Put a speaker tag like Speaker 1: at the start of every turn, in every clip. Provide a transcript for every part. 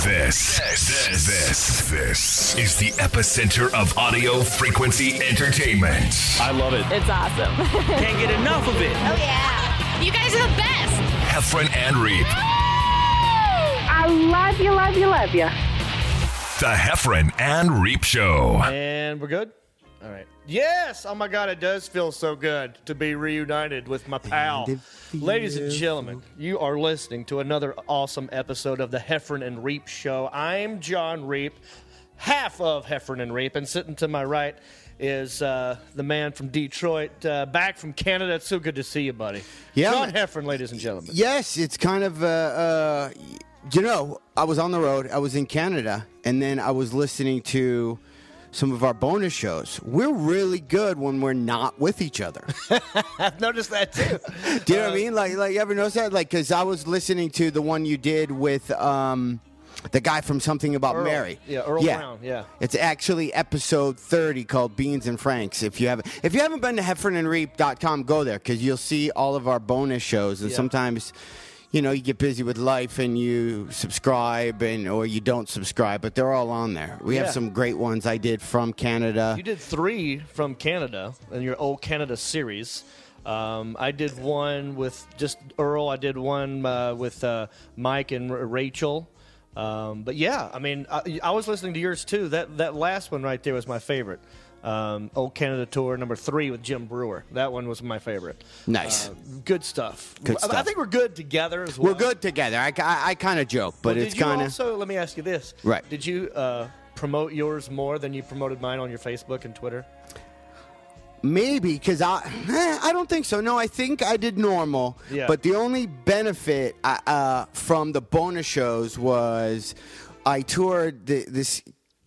Speaker 1: This, this, this, this is the epicenter of audio frequency entertainment.
Speaker 2: I love it.
Speaker 3: It's awesome.
Speaker 4: Can't get enough of it.
Speaker 5: Oh yeah. You guys are the best.
Speaker 1: Heffron and Reap.
Speaker 6: I love you, love you, love you.
Speaker 1: The Heffron and Reap Show.
Speaker 7: And we're good? All right. Yes! Oh my God, it does feel so good to be reunited with my pal. Ladies and gentlemen, you are listening to another awesome episode of the Heffron and Reap Show. I'm John Reap, half of Heffron and Reap, and sitting to my right is uh, the man from Detroit, uh, back from Canada. It's so good to see you, buddy.
Speaker 8: Yeah.
Speaker 7: John Heffron, ladies and gentlemen.
Speaker 8: Yes, it's kind of, uh, uh, you know, I was on the road, I was in Canada, and then I was listening to some of our bonus shows. We're really good when we're not with each other.
Speaker 7: I've noticed that too.
Speaker 8: Do you
Speaker 7: Uh,
Speaker 8: know what I mean? Like, like you ever notice that? Like, because I was listening to the one you did with um, the guy from Something About
Speaker 7: Earl.
Speaker 8: Mary.
Speaker 7: Yeah, Earl Brown, yeah.
Speaker 8: It's actually episode 30 called Beans and Franks. If you haven't, if you haven't been to heffernandreap.com, go there because you'll see all of our bonus shows. And
Speaker 7: Yeah.
Speaker 8: sometimes, you know, you get busy with life and you subscribe and or you don't subscribe, but they're all on there. We
Speaker 7: Yeah.
Speaker 8: have some great ones I did from Canada.
Speaker 7: You did three from Canada in your old Canada series. Um, I did one with just Earl. I did one uh, with uh, Mike and R- Rachel. Um, but yeah, I mean, I, I was listening to yours too. That that last one right there was my favorite. Um, old Canada tour number three with Jim Brewer. That one was my favorite.
Speaker 8: Nice.
Speaker 7: Uh, good stuff.
Speaker 8: Good
Speaker 7: I- I
Speaker 8: stuff.
Speaker 7: think we're good together as well.
Speaker 8: We're good together. I, I, kind of joke, but
Speaker 7: Did
Speaker 8: it's
Speaker 7: you
Speaker 8: kind of
Speaker 7: also? Let me ask you this.
Speaker 8: Right.
Speaker 7: Did you uh, promote yours more than you promoted mine on your Facebook and Twitter?
Speaker 8: Maybe because I, eh, I don't think so. No, I think I did normal.
Speaker 7: Yeah.
Speaker 8: But the only benefit I, uh, from the bonus shows was I toured the, this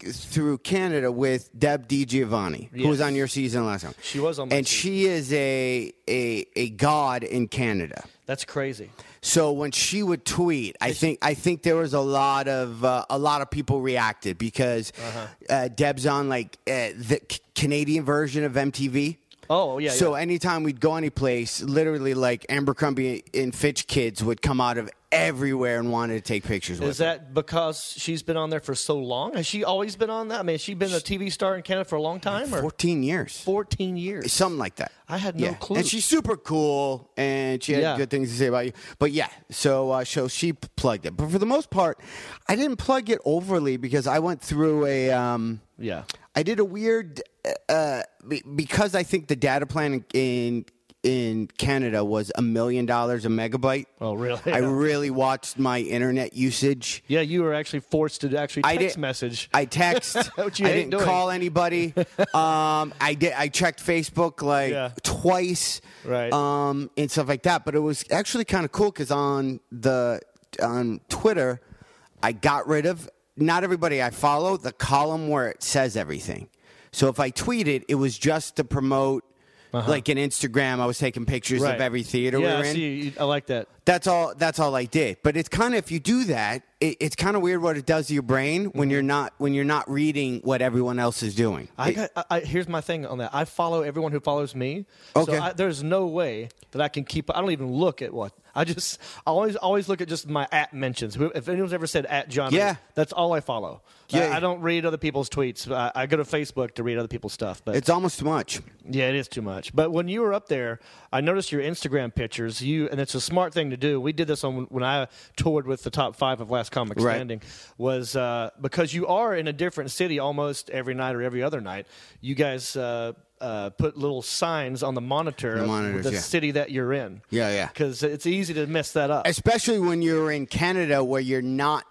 Speaker 8: through Canada with Deb Di Giovanni, who was
Speaker 7: Yes.
Speaker 8: on your season last time.
Speaker 7: She was on my
Speaker 8: and
Speaker 7: season.
Speaker 8: she is a a a god in Canada.
Speaker 7: That's crazy.
Speaker 8: So when she would tweet, I think I think there was a lot of uh, a lot of people reacted because
Speaker 7: Uh-huh.
Speaker 8: uh Deb's on like uh, the C- Canadian version of MTV.
Speaker 7: Oh, yeah,
Speaker 8: So
Speaker 7: yeah.
Speaker 8: anytime we'd go anyplace, literally like Abercrombie and Fitch kids would come out of everywhere and wanted to take pictures with.
Speaker 7: Is that because she's been on there for so long? Has she always been on that? I mean, has she been a TV star in Canada for a long time
Speaker 8: her.
Speaker 7: or
Speaker 8: fourteen years?
Speaker 7: 14 years?
Speaker 8: Something like that.
Speaker 7: I had no
Speaker 8: Yeah.
Speaker 7: clue.
Speaker 8: And she's super cool, and she had
Speaker 7: Yeah.
Speaker 8: good things to say about you. But yeah, so uh, so she p- plugged it. But for the most part, I didn't plug it overly because I went through a. Um,
Speaker 7: Yeah.
Speaker 8: I did a weird uh, be- because I think the data plan in. in in Canada was a million dollars a megabyte.
Speaker 7: Oh, really?
Speaker 8: I really watched my internet usage.
Speaker 7: Yeah, you were actually forced to actually
Speaker 8: I
Speaker 7: text
Speaker 8: did-
Speaker 7: message.
Speaker 8: I text.
Speaker 7: What you
Speaker 8: I
Speaker 7: hate
Speaker 8: didn't
Speaker 7: doing.
Speaker 8: call anybody. um, I did. I checked Facebook like
Speaker 7: Yeah.
Speaker 8: twice,
Speaker 7: Right.
Speaker 8: Um, and stuff like that. But it was actually kind of cool because on the on Twitter, I got rid of not everybody I follow the column where it says everything. So if I tweeted, it was just to promote. Like an Instagram, I was taking pictures
Speaker 7: Uh-huh. Right.
Speaker 8: of every theater
Speaker 7: yeah,
Speaker 8: we were
Speaker 7: I
Speaker 8: in.
Speaker 7: see. You- I like that.
Speaker 8: That's all. That's all I did. But it's kind of if you do that, it, it's kind of weird what it does to your brain when you're not when you're not reading what everyone else is doing.
Speaker 7: Mm-hmm. I,
Speaker 8: It-
Speaker 7: got, I, I here's my thing on that. I follow everyone who follows me.
Speaker 8: Okay.
Speaker 7: So I, there's no way that I can keep. I don't even look at what I just. I always always look at just my at mentions. Who- If anyone's ever said at John, Reed,
Speaker 8: Yeah.
Speaker 7: that's all I follow. I-
Speaker 8: Yeah.
Speaker 7: I, don't read other people's tweets. I, I go to Facebook to read other people's stuff. But
Speaker 8: it's almost too much.
Speaker 7: yeah, it is too much. But when you were up there, I noticed your Instagram pictures. You and it's a smart thing to do. We did this on when I toured with the top five of Last Comic
Speaker 8: Right.
Speaker 7: Standing. Was uh, because you are in a different city almost every night or every other night. You guys uh, uh, put little signs on the monitor of
Speaker 8: monitors,
Speaker 7: the
Speaker 8: yeah.
Speaker 7: city that you're in.
Speaker 8: Yeah, yeah.
Speaker 7: Because it's easy to mess that up.
Speaker 8: Especially when you're in Canada, where you're not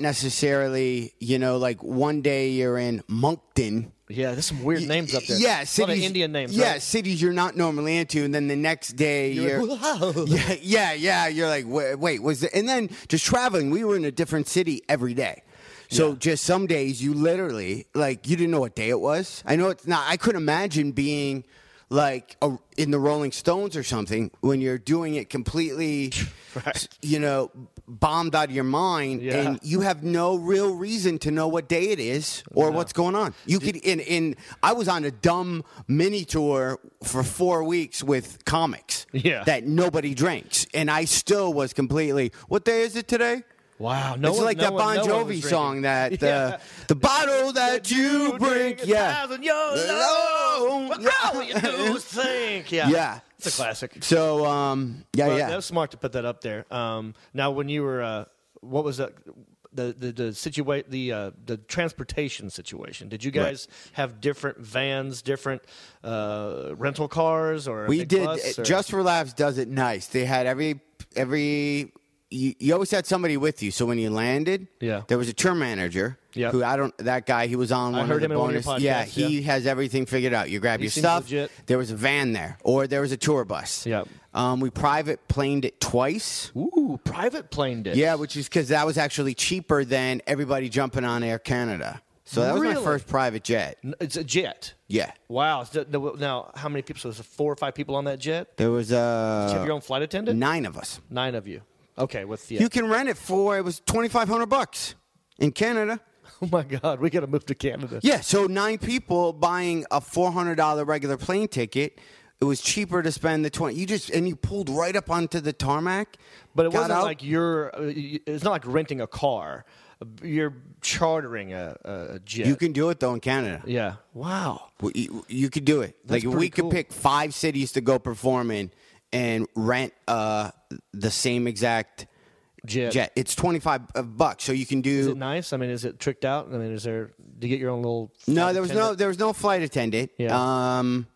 Speaker 8: necessarily, you know, like one day you're in Moncton.
Speaker 7: yeah, there's some weird names up there.
Speaker 8: Yeah,
Speaker 7: a lot of
Speaker 8: cities.
Speaker 7: Indian names.
Speaker 8: Yeah,
Speaker 7: right?
Speaker 8: cities you're not normally into, and then the next day
Speaker 7: You're
Speaker 8: you're.
Speaker 7: like, "Whoa."
Speaker 8: yeah, yeah, yeah. You're like, wait, wait was it? And then just traveling, we were in a different city every day. So just some days you literally like you didn't know what day it was. I know it's not. I couldn't imagine being like a, in the Rolling Stones or something when you're doing it completely, you know, bombed out of your mind,
Speaker 7: Yeah.
Speaker 8: and you have no real reason to know what day it is or what's going on. You could in in I was on a dumb mini tour for four weeks with comics
Speaker 7: Yeah.
Speaker 8: that nobody drinks. And I still was completely, what day is it today?
Speaker 7: Wow, no
Speaker 8: it's
Speaker 7: one-
Speaker 8: like
Speaker 7: no
Speaker 8: that
Speaker 7: one-
Speaker 8: Bon
Speaker 7: no one was
Speaker 8: Jovi
Speaker 7: drinking.
Speaker 8: song that uh,
Speaker 7: Yeah.
Speaker 8: the bottle that you drink,
Speaker 7: a
Speaker 8: yeah.
Speaker 7: thousand you're
Speaker 8: Alone.
Speaker 7: alone, but how you do think, yeah,
Speaker 8: Yeah.
Speaker 7: it's a classic.
Speaker 8: So um, yeah,
Speaker 7: But
Speaker 8: yeah.
Speaker 7: that was smart to put that up there. Um, now, when you were, uh, what was that? The the the situa- the uh, the transportation situation. Did you guys have different vans, different uh, rental cars, or a
Speaker 8: we
Speaker 7: big
Speaker 8: did uh,
Speaker 7: bus, or-
Speaker 8: just for laughs does it nice they had every every you, you always had somebody with you so when you landed
Speaker 7: Yeah.
Speaker 8: there was a tour manager
Speaker 7: Yep.
Speaker 8: who i don't that guy he was on
Speaker 7: I
Speaker 8: one
Speaker 7: heard
Speaker 8: of the
Speaker 7: him in one of your
Speaker 8: bonus yeah
Speaker 7: podcasts,
Speaker 8: he has everything figured out you grab your
Speaker 7: seems
Speaker 8: stuff
Speaker 7: legit.
Speaker 8: there was a van there or there was a tour bus
Speaker 7: Yep.
Speaker 8: um, we private planed it twice
Speaker 7: ooh private plane did
Speaker 8: yeah which is because that was actually cheaper than everybody jumping on air canada so that was my
Speaker 7: Really?
Speaker 8: first private jet
Speaker 7: N- it's a jet
Speaker 8: yeah
Speaker 7: wow So th- th- now how many people so there's four or five people on that jet
Speaker 8: there was
Speaker 7: Did you have
Speaker 8: uh,
Speaker 7: your own flight attendant
Speaker 8: nine of us
Speaker 7: nine of you okay with yeah.
Speaker 8: You can rent it for it was twenty five hundred bucks in Canada.
Speaker 7: oh my god we gotta move to Canada
Speaker 8: Yeah, so nine people buying a four hundred dollar regular plane ticket. It was cheaper to spend the twenty. You just and you pulled right up onto the tarmac.
Speaker 7: But it
Speaker 8: got
Speaker 7: wasn't
Speaker 8: out.
Speaker 7: like you're. uh, y- It's not like renting a car. You're chartering a, a a jet.
Speaker 8: you can do it though in Canada.
Speaker 7: Yeah. Wow.
Speaker 8: W- You, you could do it. like
Speaker 7: That's pretty
Speaker 8: we could
Speaker 7: cool.
Speaker 8: pick five cities to go perform in and rent uh, the same exact
Speaker 7: Jet.
Speaker 8: jet. It's twenty five bucks, so you can do.
Speaker 7: Is it nice? I mean, is it tricked out? I mean, is there? Do you get your own little?
Speaker 8: No,
Speaker 7: flight
Speaker 8: there was no
Speaker 7: attendant?
Speaker 8: there was no flight attendant.
Speaker 7: Yeah.
Speaker 8: Um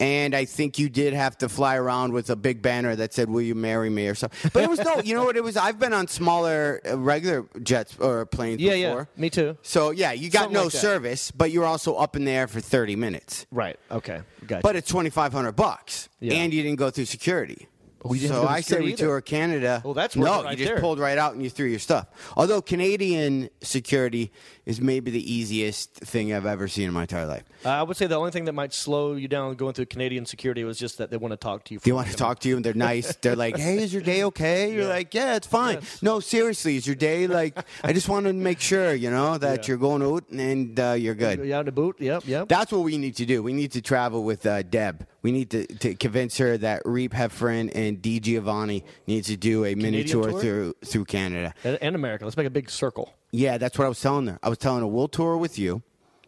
Speaker 8: and I think you did have to fly around with a big banner that said "Will you marry me?" or something. But it was no, you know what it was. I've been on smaller uh, regular jets or planes
Speaker 7: Yeah, yeah.
Speaker 8: before.
Speaker 7: Me too.
Speaker 8: So yeah, you got
Speaker 7: Something
Speaker 8: no
Speaker 7: like that.
Speaker 8: service, but you're also up in the air for 30 minutes.
Speaker 7: Right. Okay. Gotcha.
Speaker 8: But it's 2,500 bucks,
Speaker 7: Yeah.
Speaker 8: and you didn't go through security.
Speaker 7: we didn't
Speaker 8: so
Speaker 7: go through
Speaker 8: I said we
Speaker 7: security either.
Speaker 8: toured Canada.
Speaker 7: Well, that's worth
Speaker 8: no,
Speaker 7: it
Speaker 8: you
Speaker 7: right
Speaker 8: just
Speaker 7: there.
Speaker 8: pulled right out and you threw your stuff. Although Canadian security is maybe the easiest thing I've ever seen in my entire life.
Speaker 7: uh, I would say the only thing that might slow you down going through Canadian security was just that they want to talk to you.
Speaker 8: They want to talk to you and they're nice. They're like, "Hey, is your day okay?" You're like, "Yeah, it's fine." No, seriously, is your day like? I just want to make sure you know that
Speaker 7: Yeah.
Speaker 8: you're going out and uh, you're good.
Speaker 7: You out in a boot. Yep. Yep.
Speaker 8: That's what we need to do. We need to travel with uh, Deb. We need to, to convince her that Reep Heffron and D. Giovanni need to do a mini
Speaker 7: Canadian
Speaker 8: tour,
Speaker 7: tour?
Speaker 8: through through Canada.
Speaker 7: and, and America. Let's make a big circle.
Speaker 8: Yeah, that's what I was telling her. I was telling her we'll tour with you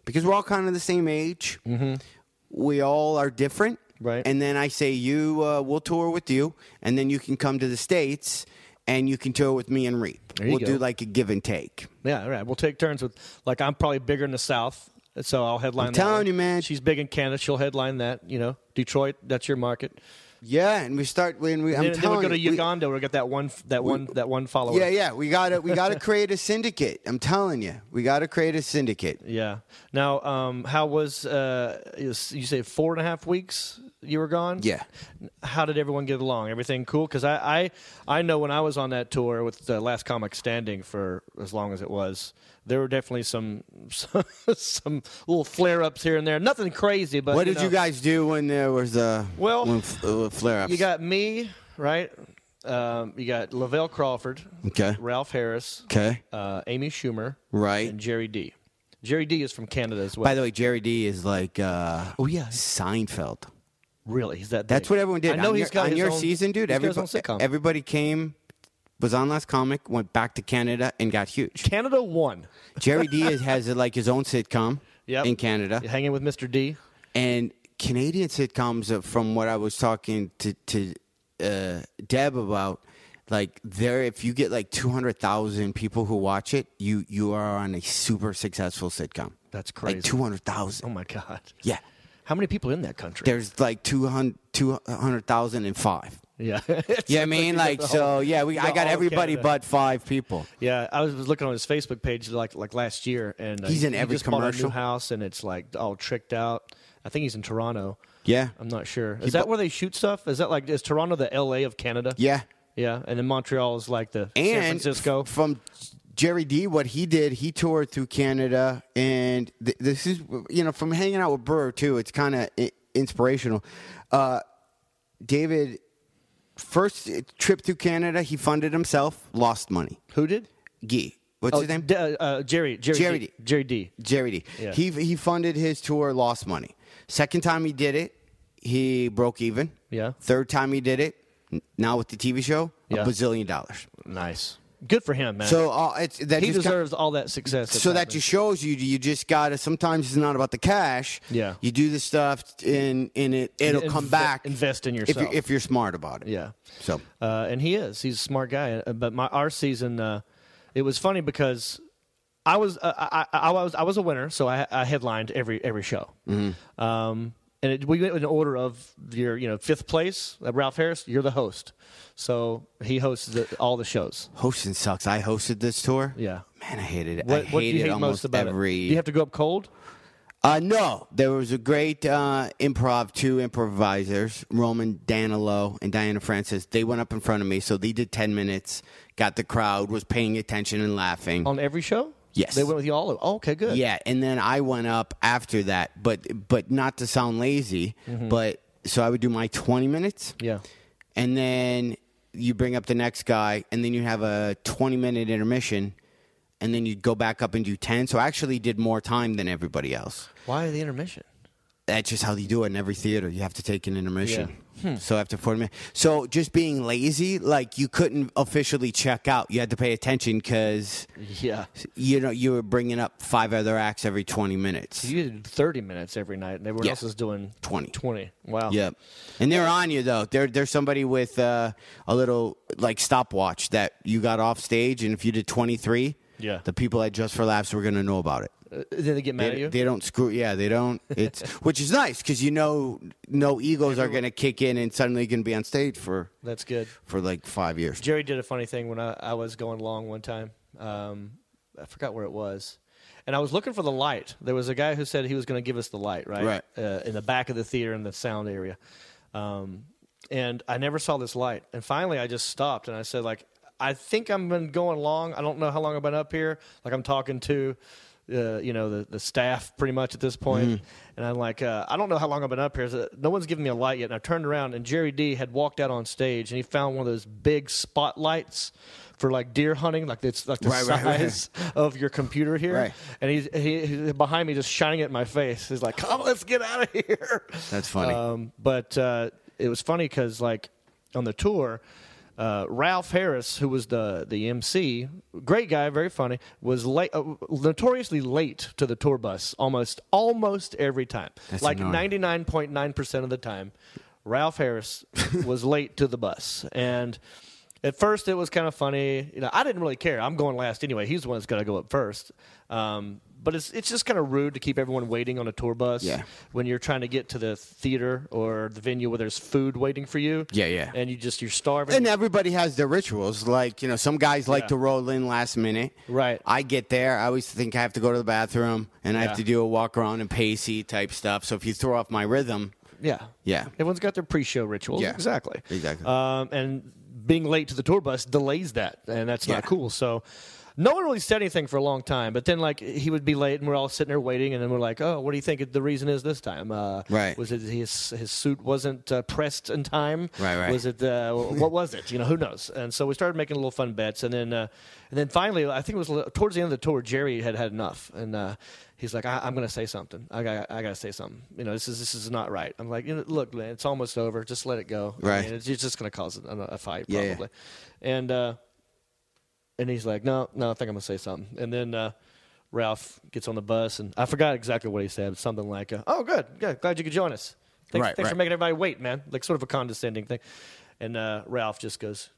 Speaker 8: because we're all kind of the same age. Mm-hmm. We all are different,
Speaker 7: Right.
Speaker 8: And then I say you uh, we'll tour with you, and then you can come to the states and you can tour with me and Reep.
Speaker 7: you
Speaker 8: we'll
Speaker 7: go.
Speaker 8: do like a give and take.
Speaker 7: Yeah, all right. We'll take turns with like I'm probably bigger in the South, so I'll headline.
Speaker 8: I'm
Speaker 7: that
Speaker 8: telling
Speaker 7: one.
Speaker 8: you, man.
Speaker 7: She's big in Canada. She'll headline that. You know, Detroit. That's your market.
Speaker 8: Yeah, and we start when we. I'm
Speaker 7: then, then
Speaker 8: telling
Speaker 7: we go to
Speaker 8: you, we-
Speaker 7: Uganda. We, will get that one. f- That one. That one follower.
Speaker 8: Yeah, yeah, we gotta we gotta create a syndicate. I'm telling you, we gotta create a syndicate.
Speaker 7: Yeah. Now, um, how was uh, is- you say four and a half weeks you were gone?
Speaker 8: Yeah.
Speaker 7: How did everyone get along? Everything cool? Because I, I I know when I was on that tour with the Last Comic Standing for as long as it was, there were definitely some some, little flare ups here and there. Nothing crazy, but
Speaker 8: What
Speaker 7: you
Speaker 8: did you
Speaker 7: know,
Speaker 8: guys do when there was a
Speaker 7: Well,
Speaker 8: when f- uh, flare ups?
Speaker 7: You got me right. Um, you got Lavelle Crawford.
Speaker 8: Okay.
Speaker 7: Ralph Harris.
Speaker 8: okay.
Speaker 7: uh, Amy Schumer,
Speaker 8: Right.
Speaker 7: and Jerry D. Jerry D is from Canada as well.
Speaker 8: By the way, Jerry D is like uh,
Speaker 7: oh yeah,
Speaker 8: Seinfeld.
Speaker 7: really? Is that
Speaker 8: That's
Speaker 7: big?
Speaker 8: what everyone did.
Speaker 7: I know
Speaker 8: on
Speaker 7: he's
Speaker 8: your,
Speaker 7: got
Speaker 8: on
Speaker 7: his
Speaker 8: your
Speaker 7: own-
Speaker 8: season, dude.
Speaker 7: he's got his
Speaker 8: everybody,
Speaker 7: own sitcom.
Speaker 8: everybody came, was on Last Comic, went back to Canada, and got huge.
Speaker 7: Canada won.
Speaker 8: Jerry D is, has like his own sitcom
Speaker 7: Yep.
Speaker 8: in Canada.
Speaker 7: You're hanging with Mr. D.
Speaker 8: And Canadian sitcoms, uh, from what I was talking to to uh, Deb about, like there, if you get like two hundred thousand people who watch it, you you are on a super successful sitcom.
Speaker 7: That's
Speaker 8: Like
Speaker 7: crazy.
Speaker 8: two hundred thousand.
Speaker 7: Oh my God.
Speaker 8: Yeah,
Speaker 7: How many people in that country?
Speaker 8: there's like 200 200,005.
Speaker 7: yeah.
Speaker 8: Yeah, I mean, like so. Yeah, we I
Speaker 7: got
Speaker 8: got
Speaker 7: all of
Speaker 8: everybody
Speaker 7: Canada.
Speaker 8: but five people.
Speaker 7: yeah, I was, was looking on his Facebook page like like last year, and uh,
Speaker 8: He's in
Speaker 7: he
Speaker 8: every
Speaker 7: just bought a new
Speaker 8: commercial.
Speaker 7: house, and it's like all tricked out. I think he's in Toronto.
Speaker 8: Yeah.
Speaker 7: I'm not sure. Is that where they shoot stuff? Is that like is Toronto the L.A. of Canada?
Speaker 8: Yeah,
Speaker 7: yeah, and then Montreal is like the San
Speaker 8: and
Speaker 7: Francisco.
Speaker 8: f- from Jerry D, what he did, he toured through Canada, and th- this is you know from hanging out with Burr too. It's kind of I- inspirational. Uh, David, first trip through Canada, he funded himself, lost money.
Speaker 7: Who did?
Speaker 8: Gee, what's his name?
Speaker 7: D- uh, uh, Jerry. Jerry.
Speaker 8: Jerry
Speaker 7: D.
Speaker 8: D.
Speaker 7: Jerry D.
Speaker 8: Jerry D.
Speaker 7: Yeah.
Speaker 8: He he funded his tour, lost money. Second time he did it, he broke even.
Speaker 7: Yeah.
Speaker 8: Third time he did it, n- now with the TV show,
Speaker 7: Yeah.
Speaker 8: a bazillion dollars.
Speaker 7: Nice. Good for him, man.
Speaker 8: So uh, it's that
Speaker 7: he
Speaker 8: just got-
Speaker 7: deserves all that success. that's
Speaker 8: so that
Speaker 7: happened.
Speaker 8: just shows you you just gotta sometimes it's not about the cash
Speaker 7: Yeah.
Speaker 8: you do the stuff and and it it'll
Speaker 7: Inve-
Speaker 8: come back
Speaker 7: invest in
Speaker 8: if
Speaker 7: yourself.
Speaker 8: you're, if you're smart about it
Speaker 7: Yeah.
Speaker 8: so
Speaker 7: Uh, and he is. He's a smart guy. Uh, But my our season, uh, it was funny because I was uh, I, I, I was I was a winner, so I, I headlined every every show.
Speaker 8: Mm-hmm.
Speaker 7: Um, and it, we went in order of your you know fifth place. Uh, Ralph Harris, you're the host, so he hosts the, all the shows.
Speaker 8: hosting sucks i hosted this tour
Speaker 7: Yeah.
Speaker 8: man i hated it i
Speaker 7: What,
Speaker 8: hated
Speaker 7: what do you hate
Speaker 8: almost
Speaker 7: most about
Speaker 8: every
Speaker 7: it? Do you have to go up cold?
Speaker 8: Uh, no, there was a great uh, improv, two improvisers, Roman Danilo and Diana Francis. They went up in front of me, so they did 10 minutes, got the crowd, was paying attention and laughing.
Speaker 7: on every show?
Speaker 8: Yes.
Speaker 7: They went with you all. Oh, okay, good.
Speaker 8: Yeah, and then I went up after that, but but not to sound lazy, but so I would do my 20 minutes.
Speaker 7: Mm-hmm. Yeah.
Speaker 8: And then you bring up the next guy, and then you have a 20 minute intermission, and then you go back up and do 10. So I actually did more time than everybody else.
Speaker 7: Why the intermission?
Speaker 8: that's just how you do it in every theater. You have to take an intermission.
Speaker 7: Hmm.
Speaker 8: So after forty minutes, so just being lazy, like you couldn't officially check out. You had to pay attention because
Speaker 7: Yeah.
Speaker 8: you know you were bringing up five other acts every twenty minutes.
Speaker 7: You did 30 minutes every night, and everyone
Speaker 8: Yeah.
Speaker 7: else is doing
Speaker 8: 20.
Speaker 7: 20. Wow.
Speaker 8: Yep. And they're on you though. There, there's somebody with uh, a little like stopwatch that you got off stage, and if you did 23,
Speaker 7: Yeah.
Speaker 8: the people at Just for Laughs were gonna know about it.
Speaker 7: Uh, Did they get mad at
Speaker 8: They,
Speaker 7: you?
Speaker 8: they don't screw. Yeah, they don't. It's which is nice because you know no egos are going to kick in and suddenly going to be on stage for
Speaker 7: That's good.
Speaker 8: for like five years.
Speaker 7: Jerry did a funny thing when I, I was going long one time. Um, I forgot where it was. And I was looking for the light. There was a guy who said he was going to give us the light, right?
Speaker 8: Right.
Speaker 7: Uh, in the back of the theater in the sound area. Um, and I never saw this light. And finally, I just stopped and I said, like, I think I've been going long. I don't know how long I've been up here. Like, I'm talking to. Uh, you know the, the staff pretty much at this point
Speaker 8: Mm-hmm.
Speaker 7: and i'm like uh, i don't know how long i've been up here so no one's given me a light yet and i turned around and jerry d had walked out on stage and he found one of those big spotlights for like deer hunting like it's like the
Speaker 8: Right, right,
Speaker 7: size
Speaker 8: right.
Speaker 7: of your computer here
Speaker 8: Right.
Speaker 7: and he's, he, he's behind me just shining it in my face he's like come let's get out of here
Speaker 8: That's funny.
Speaker 7: um, but uh, it was funny because like on the tour uh, ralph harris who was the, the mc great guy very funny was late uh, notoriously late to the tour bus almost almost every time
Speaker 8: That's
Speaker 7: like
Speaker 8: annoying.
Speaker 7: 99.9% of the time ralph harris was late to the bus and at first it was kind of funny you know i didn't really care i'm going last anyway he's the one that's going to go up first um, but it's, it's just kind of rude to keep everyone waiting on a tour bus
Speaker 8: Yeah.
Speaker 7: when you're trying to get to the theater or the venue where there's food waiting for you.
Speaker 8: Yeah, yeah.
Speaker 7: And you just you're starving.
Speaker 8: and everybody has their rituals. Like you know, some guys like
Speaker 7: Yeah.
Speaker 8: to roll in last minute.
Speaker 7: Right.
Speaker 8: I get there. I always think I have to go to the bathroom and I have
Speaker 7: Yeah.
Speaker 8: to do a walk around and pacey type stuff. So if you throw off my rhythm,
Speaker 7: yeah,
Speaker 8: Yeah.
Speaker 7: Everyone's got their pre-show rituals.
Speaker 8: Yeah.
Speaker 7: exactly.
Speaker 8: Exactly.
Speaker 7: Um, and being late to the tour bus delays that, and that's
Speaker 8: Yeah.
Speaker 7: not cool. So. No one really said anything for a long time, but then like he would be late, and we're all sitting there waiting, and then we're like, "Oh, what do you think the reason is this time? Uh,
Speaker 8: Right.
Speaker 7: Was it his his suit wasn't uh, pressed in time?
Speaker 8: Right, right.
Speaker 7: Was it it, uh, what was it? You know, who knows? And so we started making little fun bets, and then uh, and then finally, I think it was li- towards the end of the tour, Jerry had had enough, and uh, he's like, I- "I'm going to say something. I got I got to say something. You know, this is this is not right." I'm like, you know, "Look, man, it's almost over. Just let it go. I
Speaker 8: Right.
Speaker 7: mean, it's, it's just going to cause a, a fight,
Speaker 8: Yeah, yeah.
Speaker 7: probably." And uh, and he's like, "No, no, I think I'm gonna say something." And then uh, Ralph gets on the bus, and I forgot exactly what he said. Something like, uh, "Oh, good, good, glad you could join us. Thanks,
Speaker 8: Right,
Speaker 7: thanks
Speaker 8: right.
Speaker 7: for making everybody wait, man." Like sort of a condescending thing. And uh, Ralph just goes,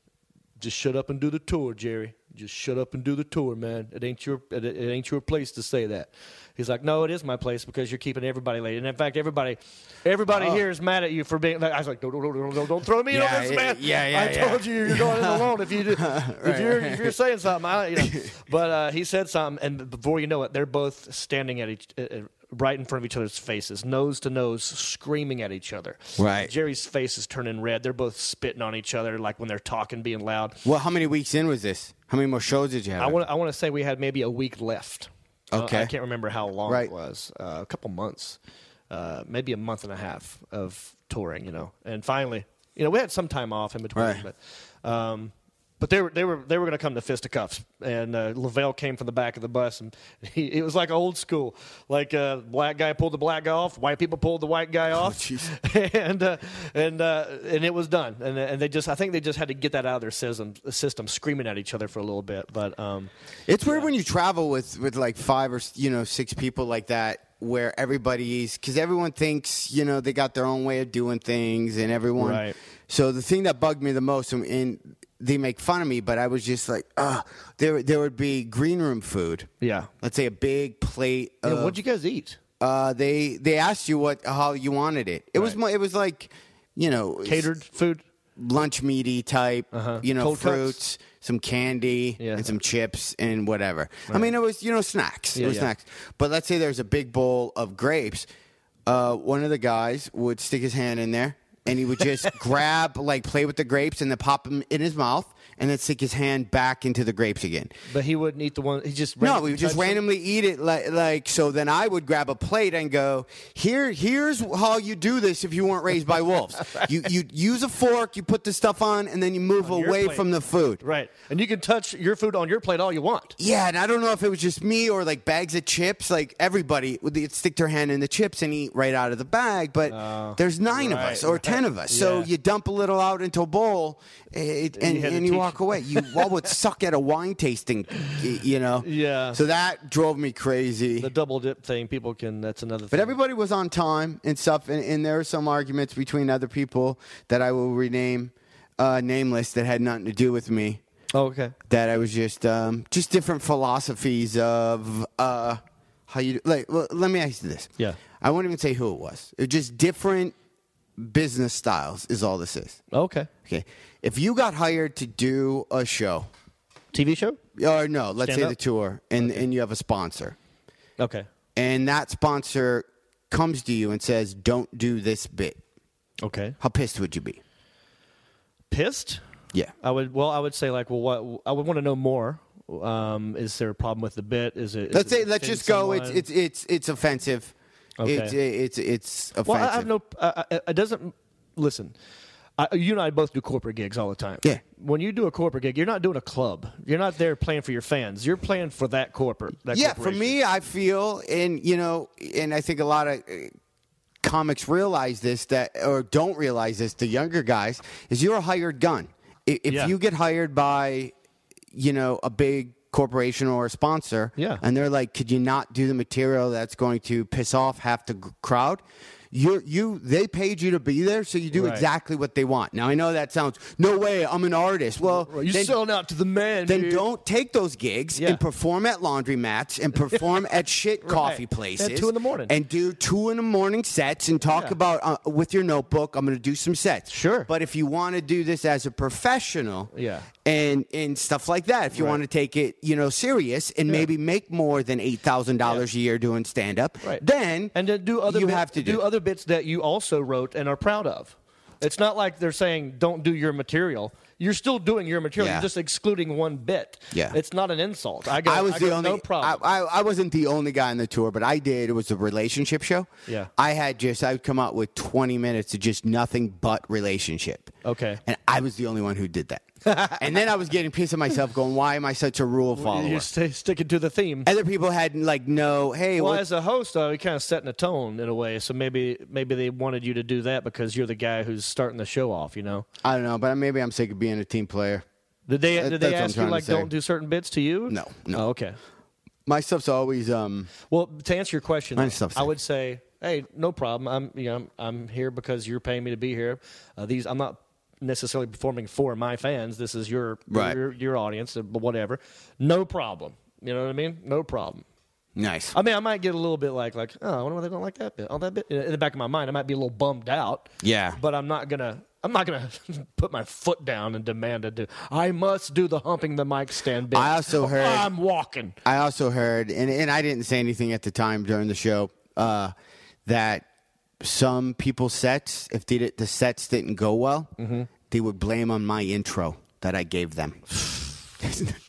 Speaker 7: "Just shut up and do the tour, Jerry. Just shut up and do the tour, man. It ain't your it, it ain't your place to say that." He's like, "No, it is my place because you're keeping everybody late, and in fact, everybody everybody here is mad at you for being." Like, I was like, "Don't don't don't don't, don't throw me
Speaker 8: Oh. Yeah,
Speaker 7: on this,
Speaker 8: yeah,
Speaker 7: man.
Speaker 8: yeah, yeah,
Speaker 7: I
Speaker 8: yeah.
Speaker 7: told you you're going in alone if you do, if you're if you're saying something." I, you know. But uh, he said something, and before you know it, they're both standing at each. Uh, uh, Right in front of each other's faces, nose to nose, screaming at each other.
Speaker 8: Right.
Speaker 7: Jerry's face is turning red. They're both spitting on each other, like when they're talking, being loud.
Speaker 8: well, how many weeks in was this? How many more shows did you have?
Speaker 7: I want. I want to say we had maybe a week left. Uh,
Speaker 8: Okay.
Speaker 7: I can't remember how long
Speaker 8: Right.
Speaker 7: it was. Uh, a couple months, uh, maybe a month and a half of touring. You know, and finally, you know, we had some time off in between,
Speaker 8: Right.
Speaker 7: but. Um, But they were they were they were going to come to fisticuffs, and uh, Lavelle came from the back of the bus, and he, it was like old school, like uh, black guy pulled the black guy off, white people pulled the white guy off,
Speaker 8: jeez.
Speaker 7: and uh, and uh, and it was done, and and they just I think they just had to get that out of their system, system screaming at each other for a little bit, but um,
Speaker 8: It's weird when you travel with with like five or you know six people like that, where everybody's because everyone thinks you know they got their own way of doing things, and everyone.
Speaker 7: Right.
Speaker 8: So the thing that bugged me the most, and- and they make fun of me, but I was just like, ah, there there would be green room food.
Speaker 7: Yeah.
Speaker 8: Let's say a big plate.
Speaker 7: yeah,
Speaker 8: of,
Speaker 7: what'd you guys eat?
Speaker 8: Uh, they they asked you what how you wanted it. It was
Speaker 7: Right.
Speaker 8: mo- it was like you know
Speaker 7: Catered food.
Speaker 8: lunch meaty type, you know,
Speaker 7: Uh-huh. Cold cuts?
Speaker 8: fruits, some candy,
Speaker 7: Yeah.
Speaker 8: and some chips and whatever. I mean, it was you know snacks.
Speaker 7: Yeah,
Speaker 8: it was
Speaker 7: yeah.
Speaker 8: snacks. But let's say there's a big bowl of grapes. Uh, one of the guys would stick his hand in there and he would just grab like play with the grapes and then pop them in his mouth and then stick his hand back into the grapes again.
Speaker 7: But he wouldn't eat the one. He just
Speaker 8: No,
Speaker 7: randomly
Speaker 8: we would just
Speaker 7: touched them?
Speaker 8: randomly eat it like, like so. Then I would grab a plate and go, "Here, here's how you do this. If you weren't raised by wolves, you you use a fork, you put the stuff on, and then you move
Speaker 7: On your
Speaker 8: away
Speaker 7: plate.
Speaker 8: from the food."
Speaker 7: Right. And you can touch your food on your plate all you want.
Speaker 8: Yeah, and I don't know if it was just me or like bags of chips. Like everybody would they'd stick their hand in the chips and eat right out of the bag. But there's nine of us
Speaker 7: Oh, right,
Speaker 8: or ten of us, so
Speaker 7: Yeah.
Speaker 8: you dump a little out into a bowl, it, and,
Speaker 7: had
Speaker 8: and,
Speaker 7: to
Speaker 8: you
Speaker 7: teach-
Speaker 8: walk away. You all would suck at a wine tasting, y- you know.
Speaker 7: Yeah.
Speaker 8: So that drove me crazy.
Speaker 7: The double dip thing, people can, that's another thing.
Speaker 8: But everybody was on time and stuff, and, and there were some arguments between other people that I will rename uh, nameless that had nothing to do with me.
Speaker 7: Oh, okay.
Speaker 8: That I was just um, just different philosophies of uh, how you like. Well, let me ask you this.
Speaker 7: Yeah.
Speaker 8: I won't even say who it was. It was just different business styles is all this is.
Speaker 7: Okay.
Speaker 8: Okay, if you got hired to do a show,
Speaker 7: TV show?
Speaker 8: or no, let's
Speaker 7: Stand
Speaker 8: say
Speaker 7: up?
Speaker 8: the tour, and and you have a sponsor
Speaker 7: Okay.
Speaker 8: and that sponsor comes to you and says, "Don't do this bit,"
Speaker 7: Okay.
Speaker 8: how pissed would you be?
Speaker 7: Pissed?
Speaker 8: Yeah.
Speaker 7: I would, well, I would say, like, well, what, I would want to know more. Um, is there a problem with the bit? Is it? is
Speaker 8: Let's
Speaker 7: it
Speaker 8: say let's
Speaker 7: offend
Speaker 8: just go. It's
Speaker 7: someone?
Speaker 8: it's it's it's offensive.
Speaker 7: Okay.
Speaker 8: It's it's it's offensive.
Speaker 7: Well, I I have no. I, I, it doesn't. Listen, I, you and I both do corporate gigs all the time.
Speaker 8: Yeah.
Speaker 7: When you do a corporate gig, you're not doing a club. You're not there playing for your fans. You're playing for that corporate. That
Speaker 8: yeah, for
Speaker 7: corporation.
Speaker 8: me, I feel, and you know, and I think a lot of uh, comics realize this that or don't realize this. The younger guys is you're a hired gun. I- If
Speaker 7: Yeah.
Speaker 8: you get hired by, you know, a big corporation or a sponsor,
Speaker 7: Yeah.
Speaker 8: and they're like, "Could you not do the material that's going to piss off half the g- crowd?" You you they paid you to be there, so you do
Speaker 7: Right.
Speaker 8: exactly what they want. Now I know that sounds no way. I'm an artist. Well,
Speaker 7: Right, You're
Speaker 8: then-
Speaker 7: selling out to the man.
Speaker 8: then
Speaker 7: dude.
Speaker 8: don't take those gigs
Speaker 7: Yeah.
Speaker 8: and perform at laundromats and perform at shit coffee
Speaker 7: At
Speaker 8: places
Speaker 7: two in the morning.
Speaker 8: and do two in the morning sets and talk
Speaker 7: Yeah.
Speaker 8: about uh, with your notebook. I'm going to do some sets.
Speaker 7: Sure.
Speaker 8: but if you want to do this as a professional,
Speaker 7: Yeah.
Speaker 8: and and stuff like that, if you
Speaker 7: Right.
Speaker 8: want to take it, you know, serious and maybe make more than eight thousand dollars a year doing stand up,
Speaker 7: Right.
Speaker 8: then
Speaker 7: and then do other
Speaker 8: you
Speaker 7: bit-
Speaker 8: have to do,
Speaker 7: other bits that you also wrote and are proud of. It's not like they're saying don't do your material. You're still doing your material.
Speaker 8: Yeah.
Speaker 7: You're just excluding one bit.
Speaker 8: Yeah.
Speaker 7: it's not an insult. I got.
Speaker 8: I was the
Speaker 7: got
Speaker 8: only.
Speaker 7: no problem.
Speaker 8: I, I, I wasn't the only guy on the tour, but I did. It was a relationship show.
Speaker 7: Yeah.
Speaker 8: I had just. I would come out with twenty minutes of just nothing but relationship.
Speaker 7: Okay.
Speaker 8: And I was the only one who did that. and then I was getting pissed at myself, going, "Why am I such a rule follower?"
Speaker 7: You're st- sticking to the theme.
Speaker 8: Other people had like no. Hey,
Speaker 7: well,
Speaker 8: what-
Speaker 7: as a host, though, you're kind of setting a tone in a way. So maybe maybe they wanted you to do that because you're the guy who's starting the show off. You know?
Speaker 8: I don't know, but maybe I'm sick of being a team player.
Speaker 7: Did they
Speaker 8: That- that's
Speaker 7: did they
Speaker 8: what I'm
Speaker 7: ask
Speaker 8: trying
Speaker 7: you
Speaker 8: to
Speaker 7: like
Speaker 8: say.
Speaker 7: don't do certain bits to you?
Speaker 8: No, no.
Speaker 7: Oh, okay.
Speaker 8: My stuff's always um.
Speaker 7: Well, to answer your question,
Speaker 8: Mine
Speaker 7: though,
Speaker 8: stops
Speaker 7: I
Speaker 8: there.
Speaker 7: would say, hey, no problem. I'm you know I'm, I'm here because you're paying me to be here. Uh, these I'm not necessarily performing for my fans. This is your
Speaker 8: Right.
Speaker 7: your, your audience, uh, but whatever. No problem. You know what I mean? No problem.
Speaker 8: Nice.
Speaker 7: I mean, I might get a little bit like like oh, I wonder why they don't like that bit. Oh, that bit in the back of my mind, I might be a little bummed out.
Speaker 8: Yeah.
Speaker 7: but I'm not gonna. I'm not gonna put my foot down and demand to do. I must do the humping the mic stand bit.
Speaker 8: I also heard-
Speaker 7: I'm walking.
Speaker 8: I also heard, and, and I didn't say anything at the time during the show, uh, that some people's sets, if they did, the sets didn't go well, they would blame on my intro that I gave them.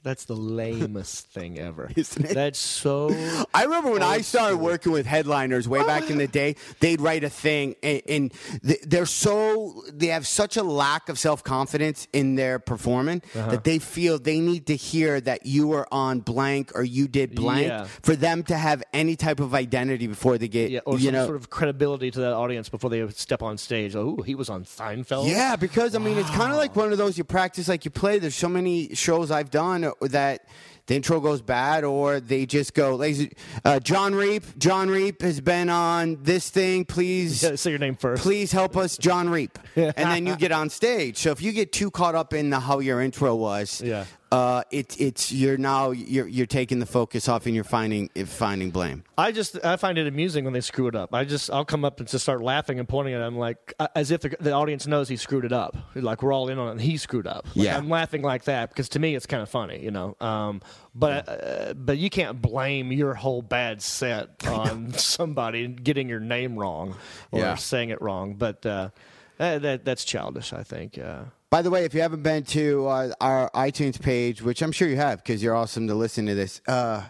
Speaker 7: That's the lamest thing ever.
Speaker 8: Isn't it?
Speaker 7: That's so.
Speaker 8: I remember
Speaker 7: Oh,
Speaker 8: when I started working with headliners way back in the day, they'd write a thing, and, and th- they're so they have such a lack of self confidence in their performance
Speaker 7: Uh-huh.
Speaker 8: that they feel they need to hear that you were on blank or you did blank
Speaker 7: Yeah.
Speaker 8: for them to have any type of identity before they get
Speaker 7: Yeah, or
Speaker 8: you
Speaker 7: some
Speaker 8: know
Speaker 7: sort of credibility to that audience before they step on stage. Oh, he was on Seinfeld.
Speaker 8: Yeah, because I mean, it's kind of like one of those you practice like you play. There's so many shows I've done uh, that the intro goes bad, or they just go. Ladies, uh, John Reap, John Reap has been on this thing. Please
Speaker 7: Yeah, say your name first.
Speaker 8: Please help us, John Reap. and then you get on stage. So if you get too caught up in the how your intro was,
Speaker 7: Yeah.
Speaker 8: uh, it, it's you're now you're you're taking the focus off and you're finding finding blame.
Speaker 7: I just I find it amusing when they screw it up. I just I'll come up and just start laughing and pointing at him like uh, as if the, the audience knows he screwed it up. Like we're all in on it. And he screwed up. Like,
Speaker 8: Yeah.
Speaker 7: I'm laughing like that because to me it's kind of funny, you know. Um, but uh, but you can't blame your whole bad set on somebody getting your name wrong or
Speaker 8: Yeah.
Speaker 7: saying it wrong. But uh, that, that that's childish, I think. Uh,
Speaker 8: By the way, if you haven't been to uh, our iTunes page, which I'm sure you have because you're awesome to listen to this, uh,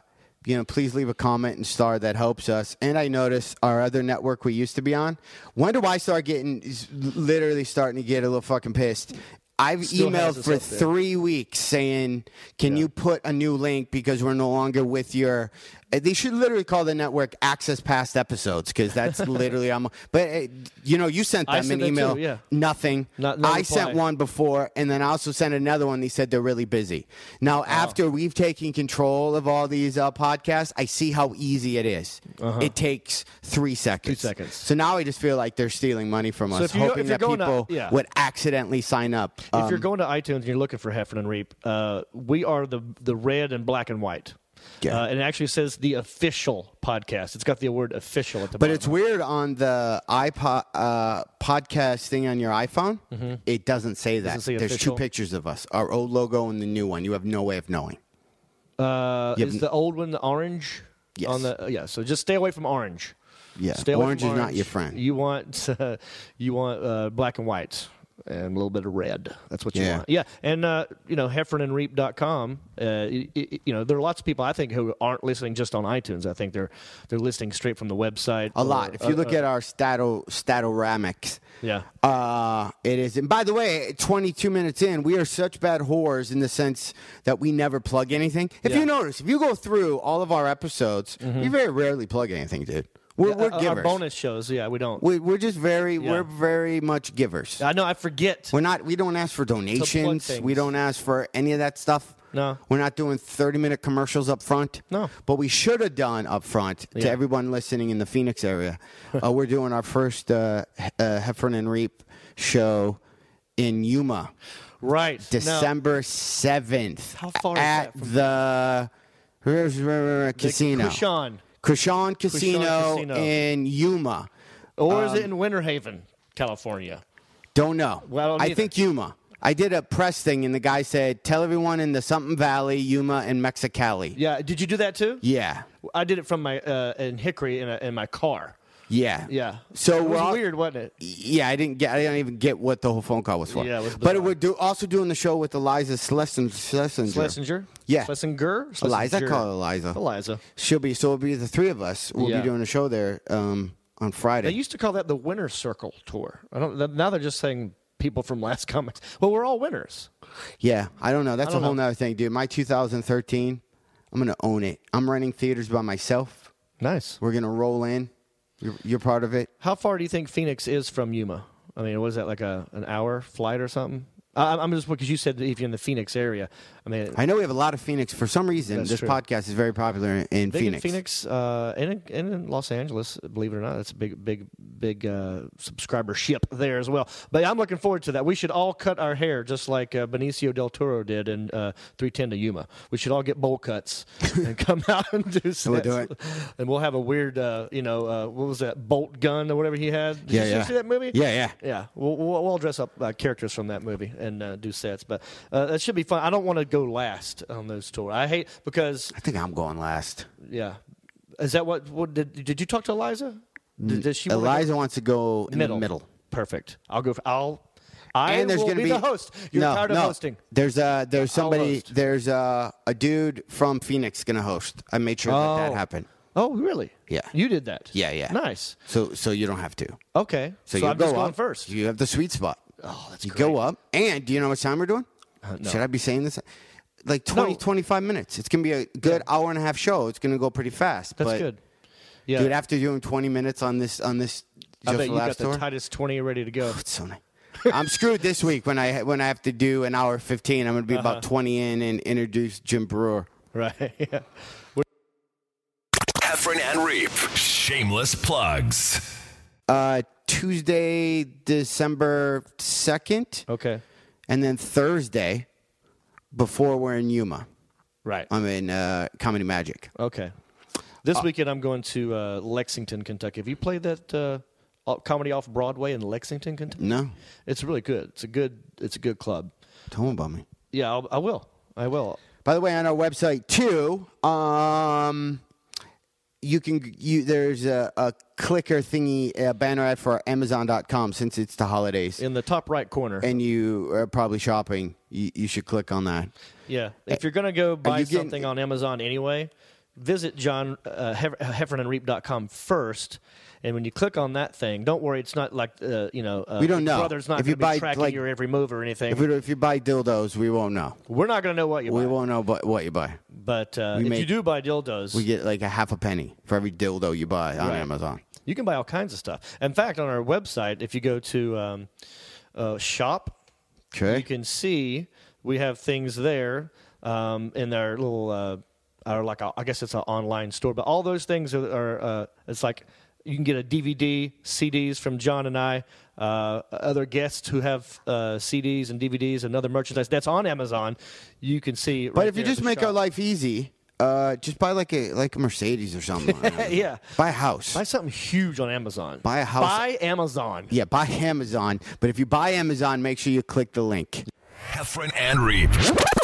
Speaker 8: you know, please leave a comment and star. That helps us. And I noticed our other network we used to be on. When do I start getting? Is literally starting to get a little fucking pissed. I've
Speaker 7: Still has
Speaker 8: emailed
Speaker 7: us
Speaker 8: for
Speaker 7: up there.
Speaker 8: three weeks saying, "Can you put a new link because we're no longer with your?" They should literally call the network "Access Past Episodes" because that's literally I'm. But eh, you know, you sent
Speaker 7: I
Speaker 8: them
Speaker 7: sent
Speaker 8: an
Speaker 7: that too,
Speaker 8: email.
Speaker 7: yeah.
Speaker 8: Nothing.
Speaker 7: Not- no
Speaker 8: I sent
Speaker 7: reply.
Speaker 8: one before, and then I also sent another one. They said they're really busy. Now, after we've taken control of all these uh, podcasts, I see how easy it is. It takes three seconds.
Speaker 7: Uh-huh. seconds.
Speaker 8: So now I just feel like they're stealing money from us,
Speaker 7: if you go-
Speaker 8: hoping
Speaker 7: if you're
Speaker 8: that
Speaker 7: going to-
Speaker 8: people
Speaker 7: yeah.
Speaker 8: would accidentally sign up. Um,
Speaker 7: if you're going to iTunes and you're looking for Heffernan and Reap, uh, we are the the red and black and white.
Speaker 8: Yeah.
Speaker 7: Uh, and it actually says the official podcast. It's got the word official at the
Speaker 8: But
Speaker 7: bottom.
Speaker 8: it's weird on the iPod uh, podcast thing on your iPhone. It doesn't say that.
Speaker 7: Mm-hmm. say
Speaker 8: There's
Speaker 7: official.
Speaker 8: two pictures of us: our old logo and the new one. You have no way of knowing.
Speaker 7: uh,
Speaker 8: you have
Speaker 7: is
Speaker 8: n-
Speaker 7: the old one the orange?
Speaker 8: Yes.
Speaker 7: On the uh, yeah. So just stay away from orange.
Speaker 8: Yeah,
Speaker 7: Stay away
Speaker 8: orange
Speaker 7: from
Speaker 8: is not your friend.
Speaker 7: You want uh, you want uh, black and white and a little bit of red. That's what you
Speaker 8: Yeah.
Speaker 7: want. Yeah. And uh, you know heffernandreap.com. Uh, y- y- you know there are lots of people I think who aren't listening just on iTunes. I think they're they're listening straight from the website.
Speaker 8: A lot. If you look at our stato statoramics,
Speaker 7: uh, yeah.
Speaker 8: uh, it is. And by the way, 22 minutes in, we are such bad whores in the sense that we never plug anything. If
Speaker 7: Yeah. Mm-hmm.
Speaker 8: you notice, if you go through all of our episodes, we very rarely plug anything, dude. We're,
Speaker 7: Yeah,
Speaker 8: we're
Speaker 7: our-
Speaker 8: givers.
Speaker 7: Our bonus shows, yeah, we don't.
Speaker 8: We, we're just very, we're very much givers.
Speaker 7: I know, I forget.
Speaker 8: We're not. We don't ask for donations. We
Speaker 7: things.
Speaker 8: don't ask for any of that stuff.
Speaker 7: No.
Speaker 8: We're not doing thirty-minute commercials up front.
Speaker 7: No.
Speaker 8: But we should have done up front to
Speaker 7: Yeah.
Speaker 8: everyone listening in the Phoenix area. uh, we're doing our first uh, He- uh, Heffern and Reap show in Yuma,
Speaker 7: right. now-
Speaker 8: December seventh.
Speaker 7: How far is
Speaker 8: at
Speaker 7: that from-
Speaker 8: the
Speaker 7: The
Speaker 8: casino?
Speaker 7: Kushan.
Speaker 8: Krishan Casino,
Speaker 7: Casino.
Speaker 8: in Yuma. Um,
Speaker 7: Or is it in Winter Haven, California?
Speaker 8: Don't know.
Speaker 7: Well, I don't either.
Speaker 8: think Yuma. I did a press thing, and the guy said, "Tell everyone in the something Valley, Yuma, and Mexicali."
Speaker 7: Yeah, did you do that too?
Speaker 8: Yeah,
Speaker 7: I did it from my uh, in Hickory in, a, in my car.
Speaker 8: yeah,
Speaker 7: Yeah.
Speaker 8: So
Speaker 7: it
Speaker 8: we're
Speaker 7: was
Speaker 8: all-
Speaker 7: weird, wasn't it?
Speaker 8: Yeah, I didn't get. I didn't even get what the whole phone call was for.
Speaker 7: Yeah, it was
Speaker 8: but
Speaker 7: bizarre.
Speaker 8: we're do, also doing the show with Eliza Schlesinger. Schlesinger.
Speaker 7: Schlesinger?
Speaker 8: Yeah.
Speaker 7: Schlesinger?
Speaker 8: Eliza,
Speaker 7: Schlesinger.
Speaker 8: call her Eliza.
Speaker 7: Eliza.
Speaker 8: She'll be. So it'll be the three of us. We'll
Speaker 7: Yeah.
Speaker 8: be doing a show there um, on
Speaker 7: They
Speaker 8: Friday.
Speaker 7: used to call that the Winter Circle Tour. I don't. th- Now they're just saying people from last comics. Well, we're all winners.
Speaker 8: Yeah, I don't know. That's
Speaker 7: don't
Speaker 8: a whole
Speaker 7: know.
Speaker 8: nother thing, dude. My 2013. I'm gonna own it. I'm running theaters by myself.
Speaker 7: Nice.
Speaker 8: We're gonna roll in. You're, you're part of it.
Speaker 7: How far do you think Phoenix is from Yuma? I mean, was that like a an hour flight or something? I, I'm just because you said that if you're in the Phoenix area, I mean,
Speaker 8: I know we have a lot of Phoenix. For some reason,
Speaker 7: That's
Speaker 8: this
Speaker 7: true.
Speaker 8: podcast is very popular in
Speaker 7: big
Speaker 8: Phoenix.
Speaker 7: in Phoenix uh, and, in, and in Los Angeles, believe it or not, that's a big, big, big uh, subscribership there as well. But I'm looking forward to that. We should all cut our hair just like uh, Benicio del Toro did in uh, 310 to Yuma. We should all get bowl cuts and come out and do sets.
Speaker 8: We'll do it.
Speaker 7: And we'll have a weird, uh, you know, uh, what was that bolt gun or whatever he had? Did
Speaker 8: Yeah,
Speaker 7: you
Speaker 8: yeah.
Speaker 7: see that movie?
Speaker 8: Yeah, yeah.
Speaker 7: Yeah, we'll, we'll, we'll all dress up uh, characters from that movie and uh, do sets, but uh, that should be fun. I don't want to go last on those tours. I hate because
Speaker 8: I think I'm going last.
Speaker 7: yeah. Is that what, what did did you talk to Eliza? Did, does she wanna go
Speaker 8: Eliza wants to go in the middle.
Speaker 7: Perfect. I'll go. For, I'll I
Speaker 8: and there's
Speaker 7: will
Speaker 8: gonna
Speaker 7: be the host. You're
Speaker 8: no,
Speaker 7: tired of
Speaker 8: no.
Speaker 7: hosting.
Speaker 8: There's a there's
Speaker 7: I'll
Speaker 8: somebody
Speaker 7: host.
Speaker 8: there's a, a dude from Phoenix gonna host. I made sure that
Speaker 7: Oh.
Speaker 8: that happened.
Speaker 7: Oh, really?
Speaker 8: Yeah.
Speaker 7: You did that.
Speaker 8: Yeah, yeah.
Speaker 7: Nice.
Speaker 8: So so you don't have to.
Speaker 7: Okay.
Speaker 8: So,
Speaker 7: So,
Speaker 8: you
Speaker 7: I'm
Speaker 8: go
Speaker 7: just going
Speaker 8: up.
Speaker 7: first.
Speaker 8: You have the sweet spot.
Speaker 7: Oh, that's
Speaker 8: you
Speaker 7: great. Uh,
Speaker 8: go up, and do you know how much time we're doing? Should I be saying this? Like 20,
Speaker 7: No.
Speaker 8: 25 minutes. It's gonna be a good hour and a half show. It's gonna go pretty fast.
Speaker 7: that's
Speaker 8: but
Speaker 7: good. Yeah.
Speaker 8: Dude, after doing 20 minutes on this on this,
Speaker 7: I
Speaker 8: just
Speaker 7: bet you
Speaker 8: Lab
Speaker 7: got
Speaker 8: Store-
Speaker 7: the tightest 20 ready to go.
Speaker 8: it's so nice. I'm screwed this week when I when I have to do an hour 15. I'm gonna be
Speaker 7: Uh-huh.
Speaker 8: about 20 in and introduce Jim Brewer.
Speaker 7: right. Yeah.
Speaker 1: Heffron and Reap. Shameless plugs.
Speaker 8: Uh, Tuesday, December 2nd,
Speaker 7: Okay.
Speaker 8: and then Thursday, before we're in Yuma.
Speaker 7: Right.
Speaker 8: I'm in uh, Comedy Magic.
Speaker 7: okay. This weekend I'm going to uh, Lexington, Kentucky. Have you played that uh, o- comedy off Broadway in Lexington, Kentucky?
Speaker 8: No,
Speaker 7: It's really good. It's a good. It's a good club.
Speaker 8: tell them about me.
Speaker 7: Yeah, I'll, I will. I will.
Speaker 8: By the way, on our website too, um, you can you there's a, a clicker thingy, a banner ad for Amazon.com since it's the holidays.
Speaker 7: In the top right corner.
Speaker 8: and you are probably shopping, you, you should click on that.
Speaker 7: Yeah. If you're going to go buy
Speaker 8: you getting-
Speaker 7: something on Amazon anyway, visit John uh, Hef- heffernandreap.com first. And when you click on that thing, don't worry, it's not like, uh, you know, uh,
Speaker 8: We don't know.
Speaker 7: Brother's not
Speaker 8: If
Speaker 7: going
Speaker 8: you
Speaker 7: to
Speaker 8: buy,
Speaker 7: be tracking
Speaker 8: like-
Speaker 7: your every move or anything.
Speaker 8: If, we, if you buy dildos, we won't know.
Speaker 7: We're not going to know what you
Speaker 8: We
Speaker 7: buy.
Speaker 8: won't know but what you buy.
Speaker 7: But uh, if
Speaker 8: may-
Speaker 7: you do buy dildos,
Speaker 8: You get like a half a penny for every dildo you buy on
Speaker 7: Right.
Speaker 8: Amazon.
Speaker 7: you can buy all kinds of stuff. In fact, on our website, if you go to um, uh, shop,
Speaker 8: Okay.
Speaker 7: you can see we have things there um, in our little uh, our like a, I guess it's an online store, but all those things are, are uh, it's like you can get a DVD, CDs from John and I, uh, other guests who have uh, CDs and DVDs and other merchandise that's on Amazon. You can see,
Speaker 8: but if you just make our life easy, uh, just buy like a like a Mercedes or something. on Amazon.
Speaker 7: Yeah.
Speaker 8: Buy a house.
Speaker 7: buy something huge on Amazon,
Speaker 8: Buy a house-
Speaker 7: buy Amazon.
Speaker 8: yeah, buy Amazon. But if you buy Amazon, make sure you click the link.
Speaker 1: Heffron and Reap.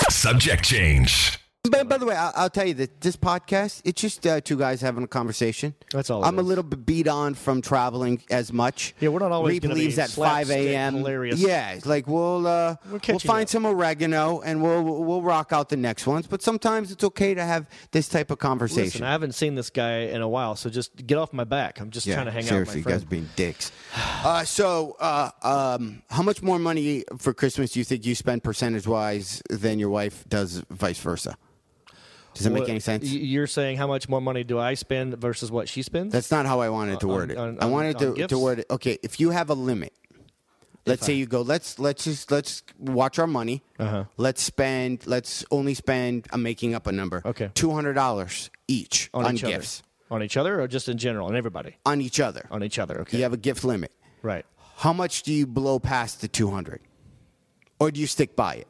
Speaker 1: Subject change.
Speaker 8: But by the way, I'll, I'll tell you that this podcast, it's just uh, two guys having a conversation.
Speaker 7: That's all it
Speaker 8: I'm a
Speaker 7: is.
Speaker 8: little bit beat on from traveling as much.
Speaker 7: Yeah, we're not always
Speaker 8: Reap
Speaker 7: gonna be
Speaker 8: leaves at 5 a.m.
Speaker 7: slapstick hilarious.
Speaker 8: Yeah, it's like we'll uh,
Speaker 7: We're
Speaker 8: we'll
Speaker 7: catching
Speaker 8: find
Speaker 7: up.
Speaker 8: some oregano and we'll we'll rock out the next ones. But sometimes it's okay to have this type of
Speaker 7: Listen,
Speaker 8: conversation.
Speaker 7: I haven't seen this guy in a while, so just get off my back. I'm just
Speaker 8: yeah,
Speaker 7: trying to hang out
Speaker 8: seriously,
Speaker 7: with
Speaker 8: you
Speaker 7: my
Speaker 8: guys
Speaker 7: friend.
Speaker 8: being dicks. Uh, so, uh, um, how much more money for Christmas do you think you spend percentage wise than your wife does, vice versa? Does that make
Speaker 7: What-
Speaker 8: any sense?
Speaker 7: y- You're saying how much more money do I spend versus what she spends?
Speaker 8: That's not how I wanted to word it.
Speaker 7: Uh, on-
Speaker 8: I
Speaker 7: on-
Speaker 8: wanted
Speaker 7: on
Speaker 8: to,
Speaker 7: gifts?
Speaker 8: to word it. Okay, if you have a limit, let's say you go. Let's let's just let's watch our money. Uh-huh. Let's spend. Let's only spend. I'm making up a number.
Speaker 7: Okay.
Speaker 8: two hundred dollars each on,
Speaker 7: each
Speaker 8: gifts
Speaker 7: other. On each other or just in general? On everybody?
Speaker 8: on each other.
Speaker 7: On each other, okay.
Speaker 8: You have a gift limit.
Speaker 7: Right.
Speaker 8: How much do you blow past the two hundred, or do you stick by it?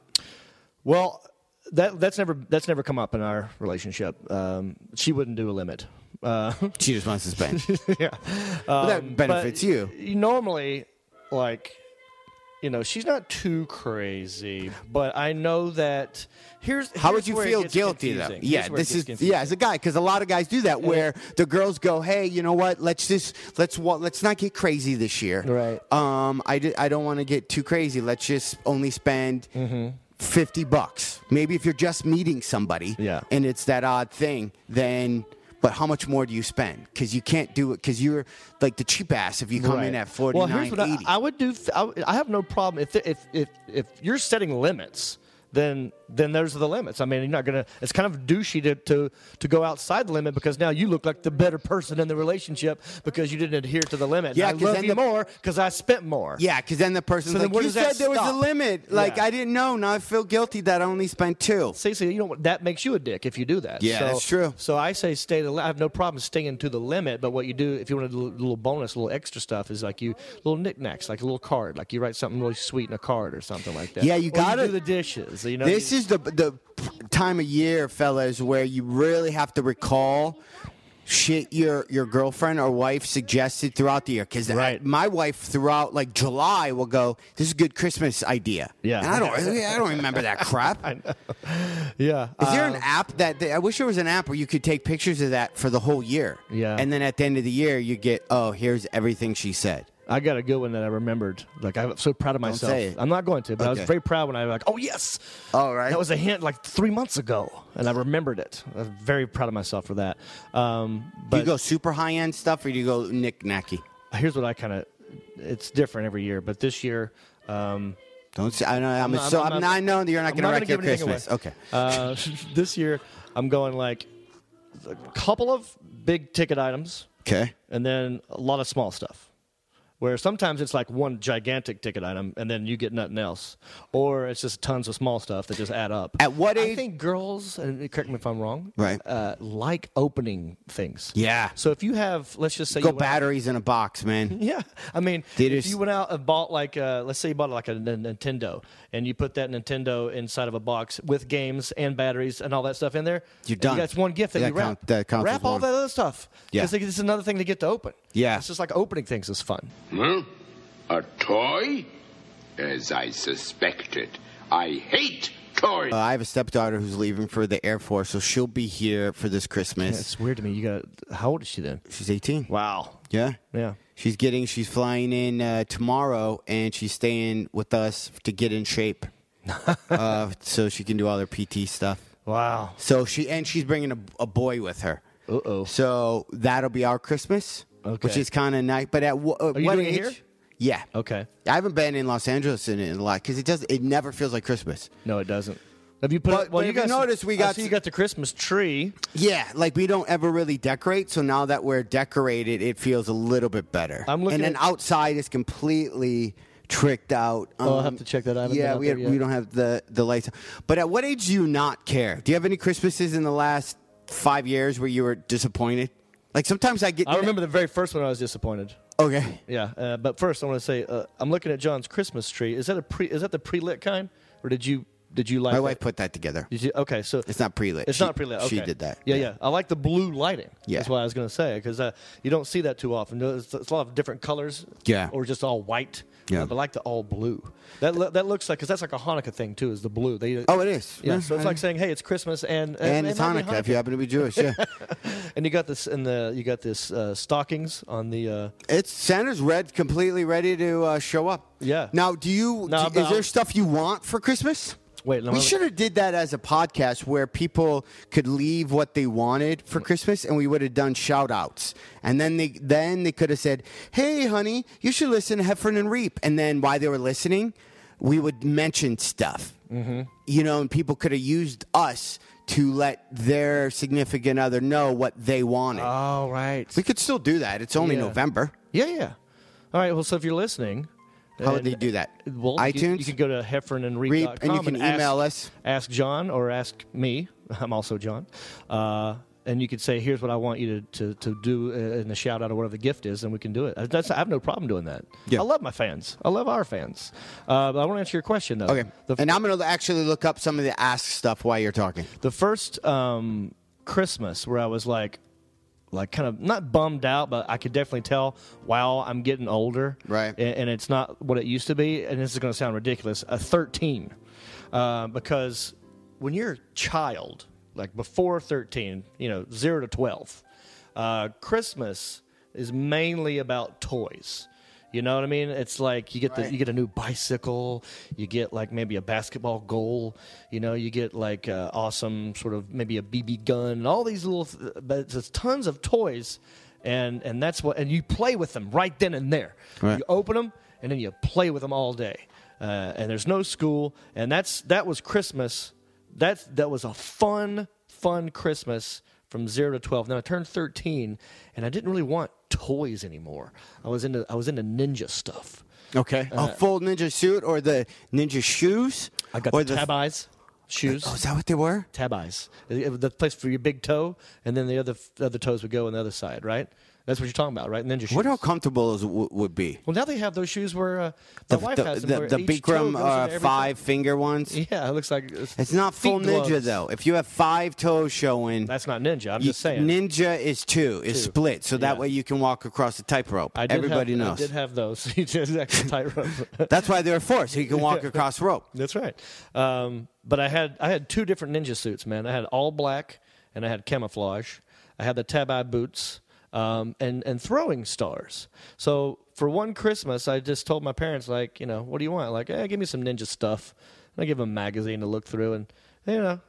Speaker 7: Well, that that's never that's never come up in our relationship. Um, she wouldn't do a limit. Uh,
Speaker 8: She just wants to spend.
Speaker 7: yeah. Um,
Speaker 8: But that
Speaker 7: But
Speaker 8: benefits you.
Speaker 7: Normally, like, you know, she's not too crazy, but I know that. Here's
Speaker 8: How
Speaker 7: here's
Speaker 8: would you
Speaker 7: where it
Speaker 8: feel
Speaker 7: gets
Speaker 8: guilty
Speaker 7: confusing.
Speaker 8: though?
Speaker 7: Here's
Speaker 8: Yeah,
Speaker 7: where it
Speaker 8: this
Speaker 7: gets
Speaker 8: is
Speaker 7: confusing.
Speaker 8: yeah, as a guy, because a lot of guys do that where the girls go, "Hey, you know what? Let's just let's wa- let's not get crazy this year.
Speaker 7: Right.
Speaker 8: Um, I di- I don't want to get too crazy. Let's just only spend."
Speaker 7: Mm-hmm.
Speaker 8: 50 bucks. Maybe if you're just meeting somebody
Speaker 7: Yeah.
Speaker 8: and it's that odd thing, then but how much more do you spend? Cuz you can't do it cuz you're like the cheap ass if you come in
Speaker 7: Right.
Speaker 8: at 49
Speaker 7: Well, here's what I, I would do. I, would- I have no problem if, if if if you're setting limits, then then those are the limits. I mean, you're not gonna. It's kind of douchey to to to go outside the limit because now you look like the better person in the relationship because you didn't adhere to the limit.
Speaker 8: Yeah,
Speaker 7: and
Speaker 8: 'cause
Speaker 7: I love
Speaker 8: then the-
Speaker 7: you more because I spent more.
Speaker 8: Yeah, because then the person's
Speaker 7: So then
Speaker 8: like,
Speaker 7: where
Speaker 8: "You
Speaker 7: does that
Speaker 8: said there was a
Speaker 7: stop?"
Speaker 8: limit. Like
Speaker 7: Yeah.
Speaker 8: I didn't know. Now I feel guilty that I only spent two.
Speaker 7: See, so you know what? That makes you a dick if you do that.
Speaker 8: Yeah,
Speaker 7: so,
Speaker 8: that's true.
Speaker 7: So I say stay. The, li- I have no problem staying to the limit. But what you do if you want a little, little bonus, little extra stuff is like you little knickknacks, like a little card, like you write something really sweet in a card or something like that.
Speaker 8: Yeah, you
Speaker 7: Or
Speaker 8: gotta-
Speaker 7: do the dishes. You know,
Speaker 8: This is the the time of year, fellas, where you really have to recall shit your your girlfriend or wife suggested throughout the year. Because
Speaker 7: Right.
Speaker 8: my wife throughout like July will go, "This is a good Christmas idea."
Speaker 7: Yeah.
Speaker 8: and I don't I don't remember that crap.
Speaker 7: yeah. uh,
Speaker 8: Is there an app that I wish there was an app where you could take pictures of that for the whole year?
Speaker 7: Yeah.
Speaker 8: and then at the end of the year, you get, "Oh, here's everything she said."
Speaker 7: I got a good one that I remembered. Like I'm so proud of myself.
Speaker 8: say it.
Speaker 7: I'm not going to, but I was
Speaker 8: Okay.
Speaker 7: very proud when I was like, oh yes,
Speaker 8: All right.
Speaker 7: that was a hint like three months ago, and I remembered it. I'm very proud of myself for that. Um,
Speaker 8: Do
Speaker 7: but
Speaker 8: you go super high end stuff or do you go knick-knacky?
Speaker 7: here's what I kind of. It's different every year, but this year. Um,
Speaker 8: Don't say. I know. I'm,
Speaker 7: not-
Speaker 8: so.
Speaker 7: I'm
Speaker 8: I'm,
Speaker 7: not-
Speaker 8: not, I know that you're not
Speaker 7: I'm
Speaker 8: going to
Speaker 7: not
Speaker 8: wreck your
Speaker 7: gonna give anything
Speaker 8: Christmas.
Speaker 7: away.
Speaker 8: Okay.
Speaker 7: uh, this year, I'm going like a couple of big ticket items
Speaker 8: Okay.
Speaker 7: and then a lot of small stuff. Where sometimes it's like one gigantic ticket item and then you get nothing else, or it's just tons of small stuff that just add up.
Speaker 8: At what
Speaker 7: I
Speaker 8: age-
Speaker 7: think girls, and correct me if I'm wrong,
Speaker 8: Right.
Speaker 7: Uh, like opening things.
Speaker 8: Yeah.
Speaker 7: So if you have, let's just say,
Speaker 8: Go
Speaker 7: you went out-
Speaker 8: batteries in a box, man.
Speaker 7: yeah, I mean,
Speaker 8: They
Speaker 7: if
Speaker 8: just-
Speaker 7: you went out and bought like, uh, let's say you bought like a, N- Nintendo, and you put that Nintendo inside of a box with games and batteries and all that stuff in there,
Speaker 8: You're
Speaker 7: and
Speaker 8: done.
Speaker 7: That's one gift that,
Speaker 8: That
Speaker 7: you wrap.
Speaker 8: count- that counts
Speaker 7: wrap
Speaker 8: as
Speaker 7: all
Speaker 8: one.
Speaker 7: that other stuff.
Speaker 8: Yeah.
Speaker 7: because it's another thing to get to open.
Speaker 8: Yeah.
Speaker 7: it's just like opening things is fun.
Speaker 2: Huh? A toy? As I suspected. I hate toys.
Speaker 8: Uh, I have a stepdaughter who's leaving for the Air Force, so she'll be here for this Christmas.
Speaker 7: It's weird to me. You got how old is she then?
Speaker 8: She's 18.
Speaker 7: Wow.
Speaker 8: Yeah.
Speaker 7: Yeah.
Speaker 8: She's getting. She's flying in uh, tomorrow, and she's staying with us to get in shape, uh, so she can do all her PT stuff.
Speaker 7: Wow.
Speaker 8: So she and she's bringing a, a boy with her.
Speaker 7: Uh-oh.
Speaker 8: So that'll be our Christmas, which
Speaker 7: Okay.
Speaker 8: is kind of nice. But at wh- uh,
Speaker 7: Are you
Speaker 8: what
Speaker 7: doing it
Speaker 8: age?
Speaker 7: here?
Speaker 8: Yeah.
Speaker 7: Okay.
Speaker 8: I haven't been in Los Angeles in, in a lot because it does. It never feels like Christmas.
Speaker 7: No, it doesn't. Have you put?
Speaker 8: But-
Speaker 7: up, well,
Speaker 8: but
Speaker 7: you
Speaker 8: if you
Speaker 7: guys
Speaker 8: notice, we
Speaker 7: I
Speaker 8: got
Speaker 7: see
Speaker 8: s-
Speaker 7: you got the Christmas tree.
Speaker 8: Yeah, like we don't ever really decorate. So now that we're decorated, it feels a little bit better.
Speaker 7: I'm looking
Speaker 8: and then
Speaker 7: at-
Speaker 8: outside is completely tricked out. Um,
Speaker 7: Oh, I'll have to check that out. I haven't
Speaker 8: Yeah,
Speaker 7: been out
Speaker 8: we
Speaker 7: there
Speaker 8: had-
Speaker 7: yet.
Speaker 8: we don't have the the lights. on. But at what age do you not care? Do you have any Christmases in the last five years where you were disappointed? Like sometimes I get.
Speaker 7: I remember the very first one. I was disappointed.
Speaker 8: Okay.
Speaker 7: Yeah, uh, but first I want to say uh, I'm looking at John's Christmas tree. Is that a pre? Is that the pre-lit kind, or did you did you like?
Speaker 8: My
Speaker 7: that?
Speaker 8: wife put that together.
Speaker 7: Did you, okay, so
Speaker 8: It's not pre-lit.
Speaker 7: It's
Speaker 8: She-
Speaker 7: not pre-lit.
Speaker 8: she
Speaker 7: okay.
Speaker 8: did that.
Speaker 7: Yeah, yeah,
Speaker 8: Yeah.
Speaker 7: I like the blue lighting.
Speaker 8: Yeah.
Speaker 7: that's what I was going to say because uh, you don't see that too often. There's, it's a lot of different colors.
Speaker 8: Yeah.
Speaker 7: or just all white.
Speaker 8: Yeah.
Speaker 7: but I like the all blue. That lo- that looks like because that's like a Hanukkah thing too. Is the blue? They,
Speaker 8: Oh, it is.
Speaker 7: Yeah,
Speaker 8: Yeah,
Speaker 7: so it's
Speaker 8: I-
Speaker 7: like saying, hey, it's Christmas and uh,
Speaker 8: And
Speaker 7: it
Speaker 8: it's
Speaker 7: might be
Speaker 8: Hanukkah, if you happen to be Jewish. Yeah.
Speaker 7: And you got this in the you got this uh, stockings on the. Uh,
Speaker 8: It's Santa's red, completely ready to uh, show up.
Speaker 7: Yeah.
Speaker 8: Now, do you? do-
Speaker 7: No, but
Speaker 8: is there
Speaker 7: I'll-
Speaker 8: stuff you want for Christmas?
Speaker 7: Wait, no,
Speaker 8: we
Speaker 7: I'm-
Speaker 8: should have did that as a podcast where people could leave what they wanted for Christmas, and we would have done shout outs. And then they then they could have said, "Hey, honey, you should listen to Heffern and Reap." And then while they were listening, we would mention stuff. Mm-hmm. You know, and people could have used us to let their significant other know what they wanted.
Speaker 7: all right.
Speaker 8: we could still do that. It's only
Speaker 7: Uh, Yeah.
Speaker 8: November.
Speaker 7: Yeah, yeah. All right. Well, so if you're listening,
Speaker 8: How would
Speaker 7: and-
Speaker 8: they do that?
Speaker 7: Well, You,
Speaker 8: iTunes.
Speaker 7: you can go to heffernandreap.com
Speaker 8: Reap, and you can email
Speaker 7: ask,
Speaker 8: us.
Speaker 7: Ask John or ask me. I'm also John. Uh, and you could say, "Here's what I want you to, to, to do uh, in the shout out or whatever the gift is," and we can do it. Uh, That's I have no problem doing that.
Speaker 8: Yeah.
Speaker 7: I love my fans. I love our fans. Uh, but I want to answer your question though.
Speaker 8: okay.
Speaker 7: The,
Speaker 8: and I'm going to actually look up some of the ask stuff while you're talking.
Speaker 7: the first um, Christmas where I was like, like kind of not bummed out, but I could definitely tell. Wow, I'm getting older,
Speaker 8: Right.
Speaker 7: And, and it's not what it used to be. And this is going to sound ridiculous. A 13, uh, because when you're a child, like before 13, you know, zero to 12, uh, Christmas is mainly about toys. You know what I mean? It's like you get the
Speaker 8: Right.
Speaker 7: you get a new bicycle, you get like maybe a basketball goal, you know, you get like uh, awesome sort of maybe a BB gun, and all these little, th- but it's just tons of toys, and and that's what and you play with them right then and there.
Speaker 8: Right.
Speaker 7: You open them and then you play with them all day, uh, and there's no school, and that's that was Christmas. That's that was a fun fun Christmas from zero to twelve. Then I turned thirteen, and I didn't really want toys anymore. I was into I was into ninja stuff.
Speaker 8: Okay. a full ninja suit or the ninja shoes?
Speaker 7: Uh, I got
Speaker 8: or
Speaker 7: the tab eyes shoes.
Speaker 8: Oh, is that what they were?
Speaker 7: tab eyes. It- it- The place for your big toe, and then the other the other toes would go on the other side, right? That's what you're talking about, right? Ninja shoes.
Speaker 8: What how comfortable those w- would be?
Speaker 7: well, now they have those shoes where uh, my wife has them.
Speaker 8: the,
Speaker 7: where
Speaker 8: the
Speaker 7: each toe
Speaker 8: Bikram
Speaker 7: goes
Speaker 8: uh,
Speaker 7: into every toe.
Speaker 8: five finger ones.
Speaker 7: Yeah, it looks like
Speaker 8: It's not full
Speaker 7: feet
Speaker 8: ninja
Speaker 7: gloves.
Speaker 8: though. If you have five toes showing,
Speaker 7: That's not ninja. I'm
Speaker 8: you-
Speaker 7: just saying.
Speaker 8: ninja is two, is split, so that
Speaker 7: Yeah.
Speaker 8: way you can walk across the tightrope.
Speaker 7: I did
Speaker 8: Everybody
Speaker 7: have,
Speaker 8: knows.
Speaker 7: I did have those. You just actually tightrope.
Speaker 8: That's why they're four, so you can walk across rope.
Speaker 7: That's right. Um, but I had I had two different ninja suits, man. I had all black and I had camouflage. I had the tab eye boots. um, and and throwing stars. So for one Christmas, I just told my parents like, you know, what do you want? Like, eh, give me some ninja stuff. And I give them a magazine to look through and you know,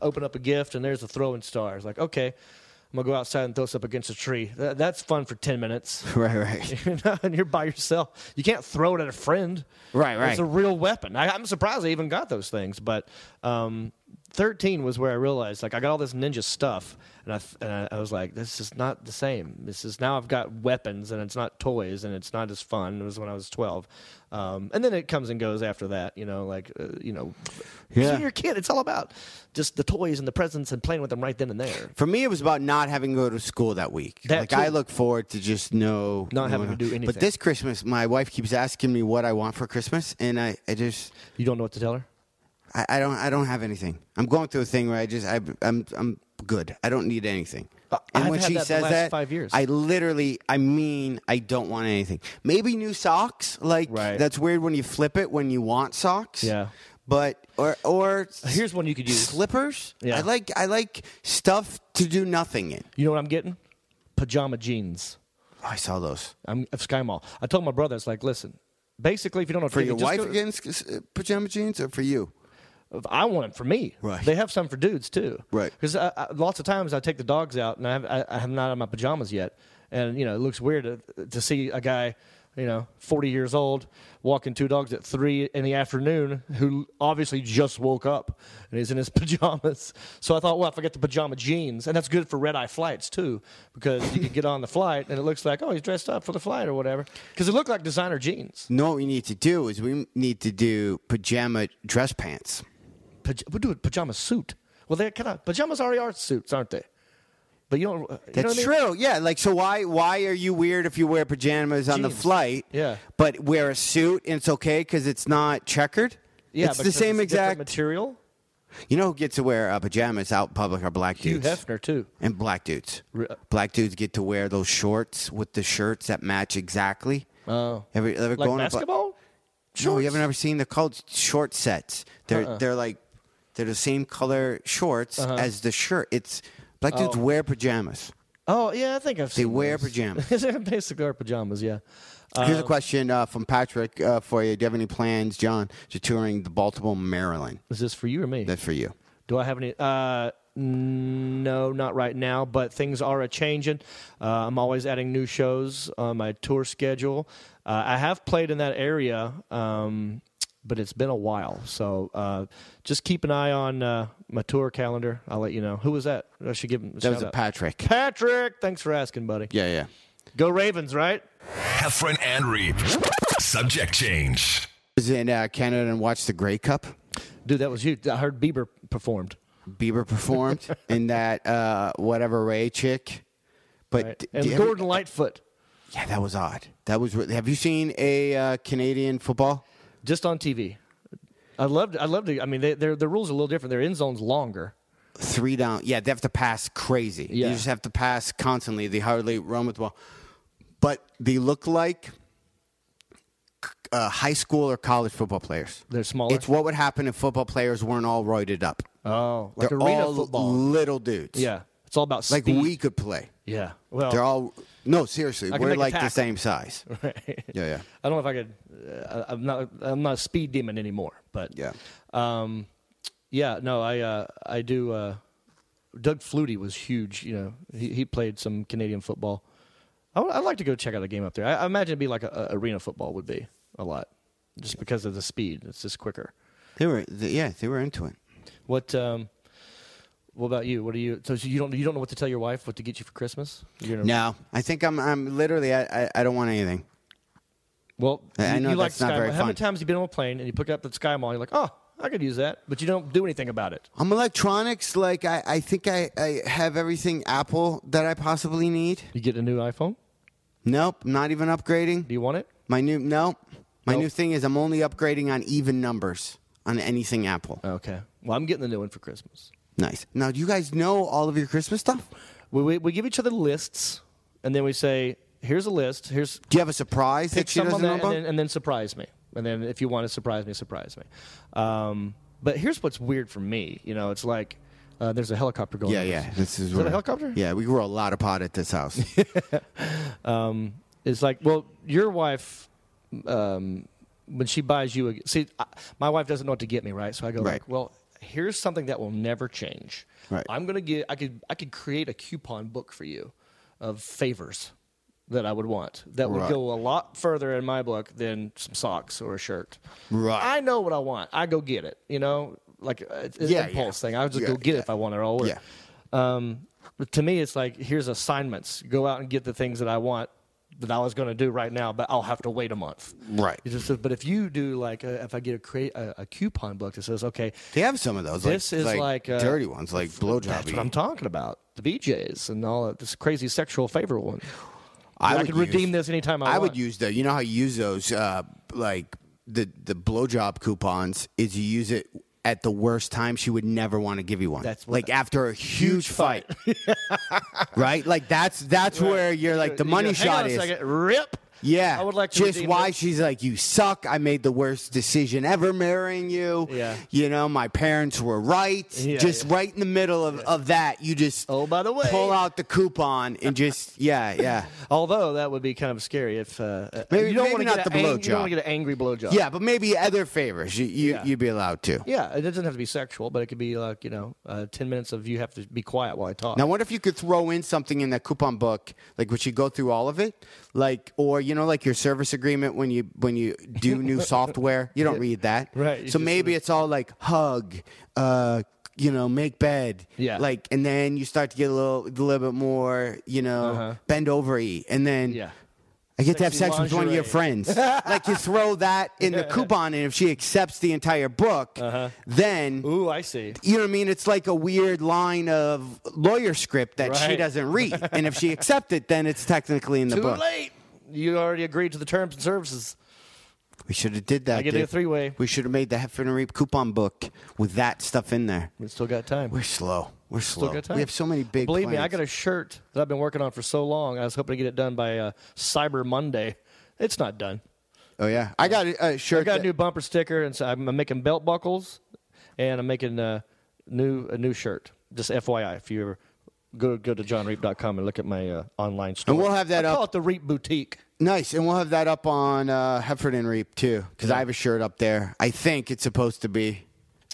Speaker 7: open up a gift and there's a throwing star. It's like, okay, I'm gonna go outside and throw stuff against a tree. Th- that's fun for ten minutes.
Speaker 8: Right, right.
Speaker 7: You know, and you're by yourself. You can't throw it at a friend.
Speaker 8: Right, right.
Speaker 7: It's a real weapon. I, I'm surprised I even got those things. But um, 13 was where I realized, like, I got all this ninja stuff, and I, th- and I, I was like, this is not the same. This is now I've got weapons, and it's not toys, and it's not as fun. It was when I was 12. Um, and then it comes and goes after that, you know, like, uh, you know,
Speaker 8: Yeah.
Speaker 7: when you're a kid, it's all about just the toys and the presents and playing with them right then and there.
Speaker 8: For me, it was about not having to go to school that week.
Speaker 7: That
Speaker 8: like I
Speaker 7: too.
Speaker 8: look forward to just no
Speaker 7: Not having to do anything.
Speaker 8: But this Christmas, my wife keeps asking me what I want for Christmas, and I, I just
Speaker 7: You don't know what to tell her?
Speaker 8: I, I don't I don't have anything. I'm going through a thing where I just I, I'm I'm good. I don't need anything.
Speaker 7: Uh,
Speaker 8: and
Speaker 7: I've
Speaker 8: when
Speaker 7: had
Speaker 8: she
Speaker 7: that the
Speaker 8: says
Speaker 7: last
Speaker 8: that,
Speaker 7: five years.
Speaker 8: I literally I mean I don't want anything. Maybe new socks. Like
Speaker 7: Right.
Speaker 8: that's weird when you flip it when you want socks.
Speaker 7: Yeah.
Speaker 8: But or or
Speaker 7: Here's one you could use.
Speaker 8: slippers.
Speaker 7: Yeah.
Speaker 8: I like I like stuff to do nothing in.
Speaker 7: You know what I'm getting? Pajama jeans.
Speaker 8: I saw those.
Speaker 7: I'm of Sky Mall. I told my brother, it's like, listen, basically, if you don't know
Speaker 8: For your wife
Speaker 7: go,
Speaker 8: again, s-
Speaker 7: uh,
Speaker 8: s- pajama jeans, or for you?
Speaker 7: I want them for me.
Speaker 8: Right.
Speaker 7: They have some for dudes too.
Speaker 8: Right.
Speaker 7: Because I, I, lots of times I take the dogs out and I have I, I have not on my pajamas yet, and you know it looks weird to, to see a guy, you know, forty years old walking two dogs at three in the afternoon who obviously just woke up and is in his pajamas. So I thought, well, if I get the pajama jeans, and that's good for red eye flights too, because you can get on the flight and it looks like oh he's dressed up for the flight or whatever, because it looked like designer jeans.
Speaker 8: No, what we need to do is we need to do pajama dress pants.
Speaker 7: Paj- we do a pajama suit. Well, they kind of pajamas already are suits, aren't they? But you don't. You know
Speaker 8: That's
Speaker 7: what I mean?
Speaker 8: true. Yeah. Like, so why why are you weird if you wear pajamas on the
Speaker 7: Jeans.
Speaker 8: flight?
Speaker 7: Yeah.
Speaker 8: But wear a suit and it's okay because it's not checkered.
Speaker 7: Yeah,
Speaker 8: It's the
Speaker 7: because
Speaker 8: same
Speaker 7: it's different
Speaker 8: exact.
Speaker 7: material.
Speaker 8: you know who gets to wear uh, pajamas out in public are black
Speaker 7: Hugh
Speaker 8: dudes
Speaker 7: Hefner too.
Speaker 8: and black dudes.
Speaker 7: Re- uh,
Speaker 8: Black dudes get to wear those shorts with the shirts that match exactly.
Speaker 7: Oh.
Speaker 8: ever, ever
Speaker 7: Like
Speaker 8: going to bla-
Speaker 7: basketball.
Speaker 8: No, you haven't ever seen the called short sets. They're
Speaker 7: Uh-uh.
Speaker 8: they're like they're the same color shorts
Speaker 7: Uh-huh.
Speaker 8: as the shirt. It's black dudes wear pajamas.
Speaker 7: Oh yeah, I think I've seen.
Speaker 8: wear
Speaker 7: those.
Speaker 8: pajamas.
Speaker 7: they basically are pajamas. Yeah. Oh.
Speaker 8: Here's a question uh, from Patrick uh, for you. Do you have any plans, John, to touring the Baltimore, Maryland?
Speaker 7: Is this for you or me?
Speaker 8: That's for you.
Speaker 7: Do I have any? Uh, n- no, not right now. But things are a changing. Uh, I'm always adding new shows on my tour schedule. Uh, I have played in that area, um, but it's been a while. So uh, just keep an eye on uh, my tour calendar. I'll let you know. Who was that? I should give him.
Speaker 8: That was a Patrick.
Speaker 7: Patrick, thanks for asking, buddy.
Speaker 8: Yeah, yeah.
Speaker 7: Go Ravens, right?
Speaker 1: Heffron and Reap. Subject change.
Speaker 8: Was in uh, Canada and watched the Grey Cup.
Speaker 7: Dude, that was you. I heard Bieber performed.
Speaker 8: Bieber performed in that uh, whatever Ray chick. But
Speaker 7: Right?
Speaker 8: d-
Speaker 7: And
Speaker 8: do you have-
Speaker 7: Gordon Lightfoot
Speaker 8: yeah, that was odd. That was. Re- have you seen a uh, Canadian football?
Speaker 7: just on TV. I loved. I loved it. I mean, they, their the rules are a little different. Their end zone's longer.
Speaker 8: three down. Yeah, they have to pass crazy.
Speaker 7: Yeah.
Speaker 8: You just have to pass constantly. They hardly run with the ball. But they look like uh, high school or college football players.
Speaker 7: They're smaller?
Speaker 8: It's what would happen if football players weren't all roided up.
Speaker 7: Oh, like
Speaker 8: They're
Speaker 7: arena
Speaker 8: all
Speaker 7: football.
Speaker 8: little dudes.
Speaker 7: yeah, it's all about
Speaker 8: Like
Speaker 7: speed.
Speaker 8: we could play.
Speaker 7: Yeah. Well,
Speaker 8: They're all no, seriously.
Speaker 7: I can
Speaker 8: We're
Speaker 7: make a
Speaker 8: like the
Speaker 7: tackle.
Speaker 8: same size. Yeah, yeah.
Speaker 7: I don't know if I could. Uh, I'm not. I'm not a speed demon anymore. But
Speaker 8: Yeah.
Speaker 7: Um, yeah. No, I. Uh, I do. Uh, Doug Flutie was huge. You know, he, he played some Canadian football. I would, I'd like to go check out a game up there. I, I imagine it'd be like a, a- arena football would be a lot, just because of the speed. It's just quicker.
Speaker 8: They were they, yeah, they were into it.
Speaker 7: What um what about you? What do you so you don't you don't know what to tell your wife what to get you for Christmas? You're gonna-
Speaker 8: No. I think I'm I'm literally I, I, I don't want anything.
Speaker 7: Well,
Speaker 8: I- I
Speaker 7: you,
Speaker 8: know
Speaker 7: you like
Speaker 8: that's not
Speaker 7: Sky
Speaker 8: very
Speaker 7: Mall. How many
Speaker 8: fun.
Speaker 7: times have you been on a plane and you pick up the Sky Mall? You're like, oh, I could use that, but you don't do anything about it.
Speaker 8: I'm electronics. Like I, I think I, I have everything Apple that I possibly need.
Speaker 7: You get a new iPhone.
Speaker 8: Nope, not even upgrading.
Speaker 7: Do you want it?
Speaker 8: My new nope. My
Speaker 7: Nope.
Speaker 8: new thing is I'm only upgrading on even numbers on anything Apple.
Speaker 7: Okay. Well, I'm getting the new one for Christmas.
Speaker 8: Nice. Now, do you guys know all of your Christmas stuff?
Speaker 7: We we, we give each other lists, and then we say, here's a list. Here's
Speaker 8: Do you have a surprise that
Speaker 7: pick
Speaker 8: she
Speaker 7: some
Speaker 8: doesn't
Speaker 7: of
Speaker 8: know
Speaker 7: that, and
Speaker 8: about?
Speaker 7: then, and then surprise me. And then if you want to surprise me, surprise me. Um, but here's what's weird for me. You know, it's like Uh, there's a helicopter going.
Speaker 8: Yeah,
Speaker 7: over.
Speaker 8: yeah. This is,
Speaker 9: that a helicopter?
Speaker 8: Yeah, we grow a lot of pot at this house.
Speaker 7: It's like, well, your wife, um, when she buys you a see, I, my wife doesn't know what to get me, right? So I go
Speaker 8: Right.
Speaker 7: like, well, here's something that will never change.
Speaker 8: Right.
Speaker 7: I'm gonna get. I could. I could create a coupon book for you of favors that I would want that would
Speaker 8: Right.
Speaker 7: go a lot further in my book than some socks or a shirt.
Speaker 8: Right.
Speaker 7: I know what I want. I go get it. You know, like uh, it's an
Speaker 8: Yeah,
Speaker 7: impulse
Speaker 8: yeah.
Speaker 7: thing. I would just
Speaker 8: Yeah,
Speaker 7: go get
Speaker 8: yeah.
Speaker 7: it if I want it. I'll order.
Speaker 8: Yeah.
Speaker 7: it. Um, but to me, it's like here's assignments. Go out and get the things that I want that I was going to do right now, but I'll have to wait a month.
Speaker 8: Right.
Speaker 7: It just says, but if you do like, a, if I get a create a, a coupon book that says, okay,
Speaker 8: they have some of those.
Speaker 7: This
Speaker 8: like,
Speaker 7: is like, uh,
Speaker 8: dirty ones, like blowjob.
Speaker 7: that's what I'm talking about. The BJ's and all that, this crazy sexual favor one.
Speaker 8: I
Speaker 7: I
Speaker 8: would
Speaker 7: could redeem
Speaker 8: use-
Speaker 7: this anytime I,
Speaker 8: I
Speaker 7: want.
Speaker 8: would use though. You know how you use those, uh, like the the blowjob coupons. Is you use it at the worst time she would never want to give you one.
Speaker 7: That's what-
Speaker 8: like after a huge, fight, right? Like that's that's where you're like the
Speaker 7: You
Speaker 8: money
Speaker 7: go, "Hang on
Speaker 8: shot
Speaker 7: a
Speaker 8: is.
Speaker 7: second, rip.
Speaker 8: Yeah,
Speaker 7: I would like to
Speaker 8: just
Speaker 7: redeem
Speaker 8: why
Speaker 7: this.
Speaker 8: she's like, you suck. I made the worst decision ever marrying you.
Speaker 7: Yeah.
Speaker 8: you know my parents were right.
Speaker 7: Yeah,
Speaker 8: just
Speaker 7: yeah.
Speaker 8: right in the middle of, of that, you just
Speaker 7: Oh, by the way.
Speaker 8: pull out the coupon and just yeah, yeah,
Speaker 7: Although that would be kind of scary if uh, uh,
Speaker 8: Maybe-
Speaker 7: you don't
Speaker 8: maybe
Speaker 7: want to
Speaker 8: not the
Speaker 7: get an ang- you
Speaker 8: blowjob.
Speaker 7: don't want to get an angry blowjob.
Speaker 8: yeah. But maybe other favors you, you
Speaker 7: Yeah.
Speaker 8: you'd be allowed to.
Speaker 7: Yeah, it doesn't have to be sexual, but it could be like you know, uh, ten minutes of you have to be quiet while I talk.
Speaker 8: Now, what if you could throw in something in that coupon book, like would you go through all of it, like or you know, like your service agreement when you when you do new software, you don't read that,
Speaker 7: Right, you
Speaker 8: So
Speaker 7: just
Speaker 8: maybe
Speaker 7: sort of-
Speaker 8: it's all like hug, uh, you know, make bed,
Speaker 7: Yeah.
Speaker 8: like, and then you start to get a little a little bit more, you know, bend over eat, and then
Speaker 7: Uh-huh. yeah,
Speaker 8: I get to have
Speaker 7: Sexy
Speaker 8: sex with one of your
Speaker 7: lingerie.
Speaker 8: friends. like you throw that in the coupon, and if she accepts the entire book,
Speaker 7: Uh-huh.
Speaker 8: then
Speaker 7: ooh, I see.
Speaker 8: you know what I mean? It's like a weird line of lawyer script that she
Speaker 7: Right.
Speaker 8: doesn't read. and if she accepts it, then it's technically in the
Speaker 7: Too
Speaker 8: book.
Speaker 7: late. You already agreed to the terms and services.
Speaker 8: We should have did that.
Speaker 7: I get
Speaker 8: dude.
Speaker 7: a three-way.
Speaker 8: We should have made the Hefner and Reap coupon book with that stuff in there.
Speaker 7: We still got time.
Speaker 8: We're slow. We're slow.
Speaker 7: Still got time.
Speaker 8: We have so many big.
Speaker 7: Believe me, I
Speaker 8: plans.
Speaker 7: got a shirt that I've been working on for so long. I was hoping to get it done by uh, Cyber Monday. It's not done.
Speaker 8: Oh yeah, I got a, a shirt.
Speaker 7: I got a
Speaker 8: that-
Speaker 7: new bumper sticker, and so I'm, I'm making belt buckles, and I'm making a new a new shirt. Just FYI, if you ever go go to johnreap.com and look at my uh, online store,
Speaker 8: we'll have that
Speaker 7: I Call
Speaker 8: up.
Speaker 7: it the Reap Boutique.
Speaker 8: Nice, and we'll have that up on uh, Hefford and Reap too, because I have a shirt up there. I think it's supposed to be.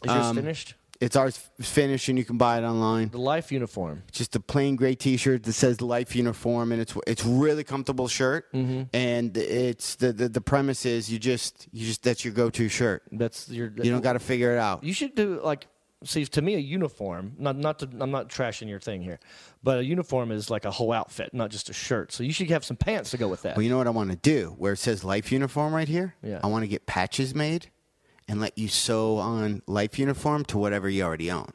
Speaker 7: Is yours
Speaker 8: Um,
Speaker 7: finished?
Speaker 8: It's ours finished, and you can buy it online.
Speaker 7: The life uniform.
Speaker 8: just a plain gray T-shirt that says "Life Uniform," and it's it's really comfortable shirt.
Speaker 7: Mm-hmm.
Speaker 8: And it's the, the the premise is you just you just that's your go-to shirt.
Speaker 7: That's your.
Speaker 8: You don't got to figure it out.
Speaker 7: You should do like. See, to me, a uniform. Not not to. I'm not trashing your thing here, but a uniform is like a whole outfit, not just a shirt. So you should have some pants to go with that.
Speaker 8: Well, you know what I want to do? Where it says "Life Uniform" right here,
Speaker 7: Yeah.
Speaker 8: I want to get patches made and let you sew on "Life Uniform" to whatever you already own.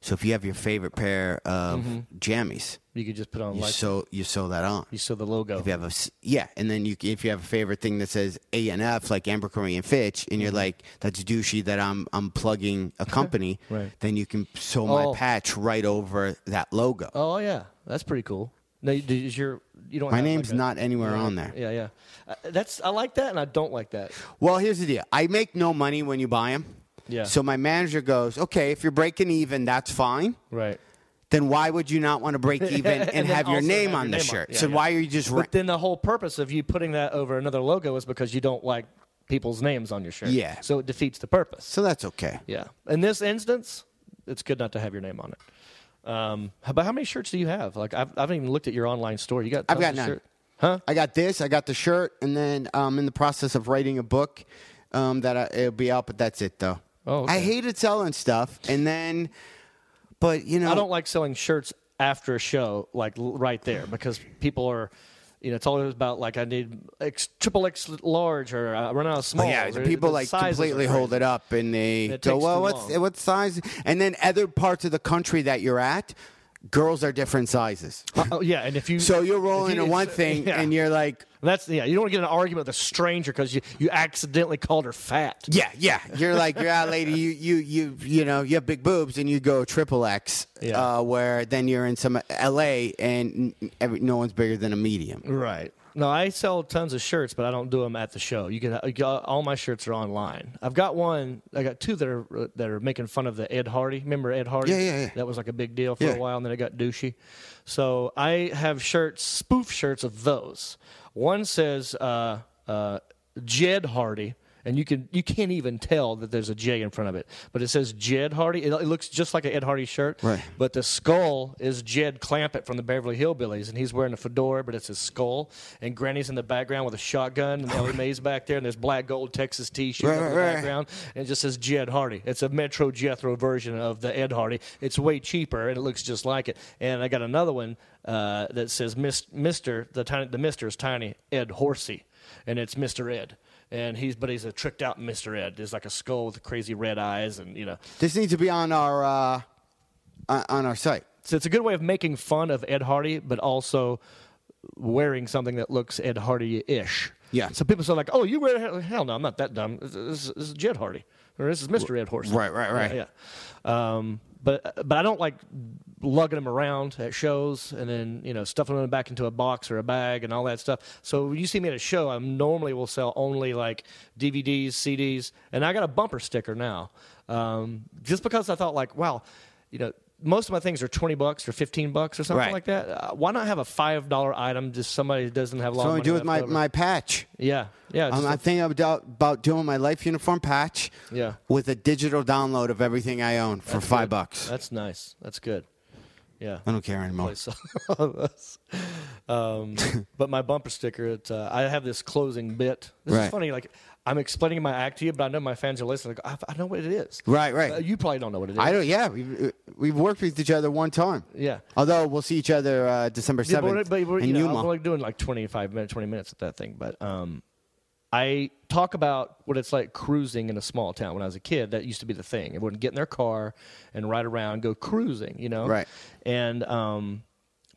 Speaker 8: So if you have your favorite pair of jammies,
Speaker 7: You could just put on
Speaker 8: you
Speaker 7: Mm-hmm. like
Speaker 8: sew you sew that on.
Speaker 7: you saw the logo.
Speaker 8: If you have a s- yeah, and then you c- if you have a favorite thing that says A and F like Amber Curry and Fitch, and you're
Speaker 7: Mm-hmm.
Speaker 8: like that's douchey that I'm I'm plugging a company,
Speaker 7: Right.
Speaker 8: then you can sew
Speaker 7: Oh.
Speaker 8: my patch right over that logo.
Speaker 7: Oh yeah, that's pretty cool. Now, you- is your you don't.
Speaker 8: my
Speaker 7: have, like,
Speaker 8: name's
Speaker 7: a-
Speaker 8: not anywhere on there.
Speaker 7: Yeah, yeah. Uh, that's I like that, and I don't like that.
Speaker 8: Well, here's the deal: I make no money when you buy them.
Speaker 7: Yeah.
Speaker 8: So my manager goes, okay, if you're breaking even, that's fine.
Speaker 7: Right.
Speaker 8: Then why would you not want to break even and,
Speaker 7: then
Speaker 8: have your
Speaker 7: also
Speaker 8: name
Speaker 7: have
Speaker 8: on
Speaker 7: your
Speaker 8: the
Speaker 7: name
Speaker 8: shirt?
Speaker 7: Yeah,
Speaker 8: so
Speaker 7: yeah.
Speaker 8: why are you just? ra-
Speaker 7: But then the whole purpose of you putting that over another logo is because you don't like people's names on your shirt.
Speaker 8: Yeah.
Speaker 7: So it defeats the purpose.
Speaker 8: so that's okay.
Speaker 7: yeah. In this instance, it's good not to have your name on it. Um, how- but how many shirts do you have? Like I've, I haven't even looked at your online store. You got?
Speaker 8: I've got
Speaker 7: tons of
Speaker 8: none.
Speaker 7: shirt- Huh?
Speaker 8: I got this. I got the shirt, and then I'm in the process of writing a book um, that I, it'll be out. But that's it, though.
Speaker 7: Oh, okay.
Speaker 8: I hated selling stuff, and then, but you know,
Speaker 7: I don't like selling shirts after a show, like l- right there, because people are, you know, it's always about like I need X, triple X large or I run out of
Speaker 8: Oh,
Speaker 7: small.
Speaker 8: yeah, the people like completely hold it up, and they
Speaker 7: It
Speaker 8: go,
Speaker 7: takes
Speaker 8: "Well,
Speaker 7: too
Speaker 8: what's
Speaker 7: long."
Speaker 8: what size?" And then other parts of the country that you're at, girls are different sizes.
Speaker 7: Oh, yeah, and if you
Speaker 8: So you're rolling
Speaker 7: if you-
Speaker 8: in one
Speaker 7: it's-
Speaker 8: thing,
Speaker 7: yeah.
Speaker 8: and you're like,
Speaker 7: And that's yeah. You don't want to get in an argument with a stranger because you, you accidentally called her fat.
Speaker 8: Yeah, yeah. You're like you're out, lady. You you you you know you have big boobs, and you go triple X.
Speaker 7: Yeah.
Speaker 8: Uh, where then you're in some L.A. and n- every, no one's bigger than a medium.
Speaker 7: Right. No, I sell tons of shirts, but I don't do them at the show. You can you got- all my shirts are online. I've got one. I got two that are that are making fun of the Ed Hardy. Remember Ed Hardy?
Speaker 8: Yeah, yeah, yeah.
Speaker 7: That was like a big deal for
Speaker 8: Yeah.
Speaker 7: a while, and then it got douchey. So I have shirts, spoof shirts of those. One says uh, uh, Jed Hardy. And you can you can't even tell that there's a J in front of it, but it says Jed Hardy. It, it looks just like an Ed Hardy shirt,
Speaker 8: Right.
Speaker 7: but the skull is Jed Clampett from the Beverly Hillbillies, and he's wearing a fedora, but it's his skull. And Granny's in the background with a shotgun, and Ellie Mae's back there, and there's black gold Texas T-shirt
Speaker 8: Right,
Speaker 7: in the
Speaker 8: right, right.
Speaker 7: background, and it just says Jed Hardy. It's a Metro Jethro version of the Ed Hardy. It's way cheaper, and it looks just like it. And I got another one uh, that says Mis- Mister the tiny the Mister is tiny Ed Horsey, and it's Mister Ed. And he's, but he's a tricked out Mr. Ed. There's like a skull with crazy red eyes, and you know,
Speaker 8: This needs to be on our uh, on on our site.
Speaker 7: so it's a good way of making fun of Ed Hardy, but also wearing something that looks Ed Hardy ish.
Speaker 8: Yeah.
Speaker 7: So people say like, "Oh, you wear hell no, I'm not that dumb. This, this, this is Jed Hardy, or this is Mister Ed Horse."
Speaker 8: Right, right, right.
Speaker 7: Yeah. yeah. Um, but but I don't like lugging them around at shows and then you know stuffing them back into a box or a bag and all that stuff. So when you see me at a show, I normally will sell only like DVDs, CDs, and I got a bumper sticker now, um, just because I thought like, wow, you know. Most of my things are twenty bucks or fifteen bucks or something
Speaker 8: Right.
Speaker 7: like that. Uh, why not have a five dollar item? Just somebody who doesn't have a lot.
Speaker 8: So
Speaker 7: of
Speaker 8: I
Speaker 7: money
Speaker 8: do with my,
Speaker 7: left over.
Speaker 8: my patch.
Speaker 7: yeah yeah. it's
Speaker 8: Um,
Speaker 7: just
Speaker 8: I
Speaker 7: a-
Speaker 8: think I'm about, about doing my life uniform patch.
Speaker 7: Yeah.
Speaker 8: With a digital download of everything I own for five bucks.
Speaker 7: that's nice. That's good. Yeah.
Speaker 8: I don't care anymore.
Speaker 7: place on us. Um, but my bumper sticker, it, uh, I have this closing bit. This is
Speaker 8: Right.
Speaker 7: funny. Like I'm explaining my act to you, but I know my fans are listening. Like, I, I know what it is.
Speaker 8: Right, right.
Speaker 7: Uh, you probably don't know what it is.
Speaker 8: I don't. Yeah, we've, we've worked with each other one time.
Speaker 7: Yeah.
Speaker 8: Although we'll see each other uh, December
Speaker 7: Yeah, but-
Speaker 8: seventh
Speaker 7: but- but,
Speaker 8: in
Speaker 7: you know,
Speaker 8: Yuma.
Speaker 7: I'm only doing like 25 minutes, 20 minutes at that thing. But um, I talk about what it's like cruising in a small town. When I was a kid, that used to be the thing. Everyone would get in their car and ride around, go cruising. You know,
Speaker 8: Right.
Speaker 7: And um,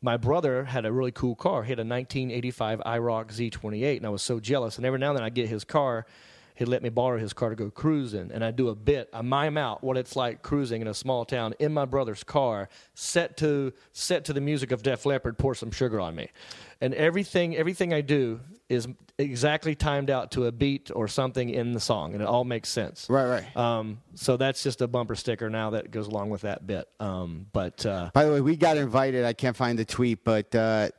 Speaker 7: my brother had a really cool car. He had a 1985 IROC Z28, and I was so jealous. And every now and then, I would get his car. He'd let me borrow his car to go cruising, and I do a bit. I mime out what it's like cruising in a small town in my brother's car, set to set to the music of Def Leppard, "Pour Some Sugar on Me," and everything everything I do is exactly timed out to a beat or something in the song, and it all makes sense.
Speaker 8: Right, right.
Speaker 7: Um, so that's just a bumper sticker now that goes along with that bit. Um, but uh,
Speaker 8: By the way, we got invited. I can't find the tweet, but uh,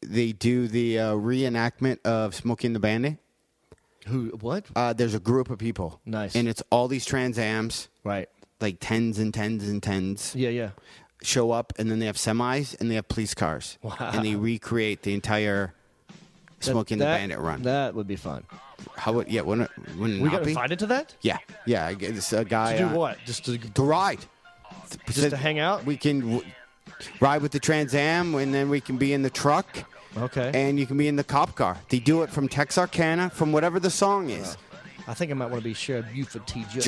Speaker 8: they do the uh, reenactment of Smoking the Bandit.
Speaker 7: who? What?
Speaker 8: Uh, there's a group of people.
Speaker 7: Nice.
Speaker 8: And it's all these Trans Am's,
Speaker 7: Right.
Speaker 8: like tens and tens and tens.
Speaker 7: Yeah, yeah.
Speaker 8: show up and then they have semis and they have police cars. And they recreate the entire smoking
Speaker 7: That-
Speaker 8: the bandit run.
Speaker 7: That would be fun.
Speaker 8: How would yeah, wouldn't it, wouldn't it
Speaker 7: We
Speaker 8: not
Speaker 7: got
Speaker 8: be?
Speaker 7: invited to that?
Speaker 8: Yeah. Yeah, I guess a guy
Speaker 7: To do
Speaker 8: uh,
Speaker 7: what? Just to
Speaker 8: To ride.
Speaker 7: just to hang out?
Speaker 8: We can w- ride with the Trans Am and then we can be in the truck
Speaker 7: Okay.
Speaker 8: and you can be in the cop car. They do it from Texarkana from whatever the song
Speaker 7: Uh,
Speaker 8: is.
Speaker 7: I think I might want to be Sheriff Buford T. Justice.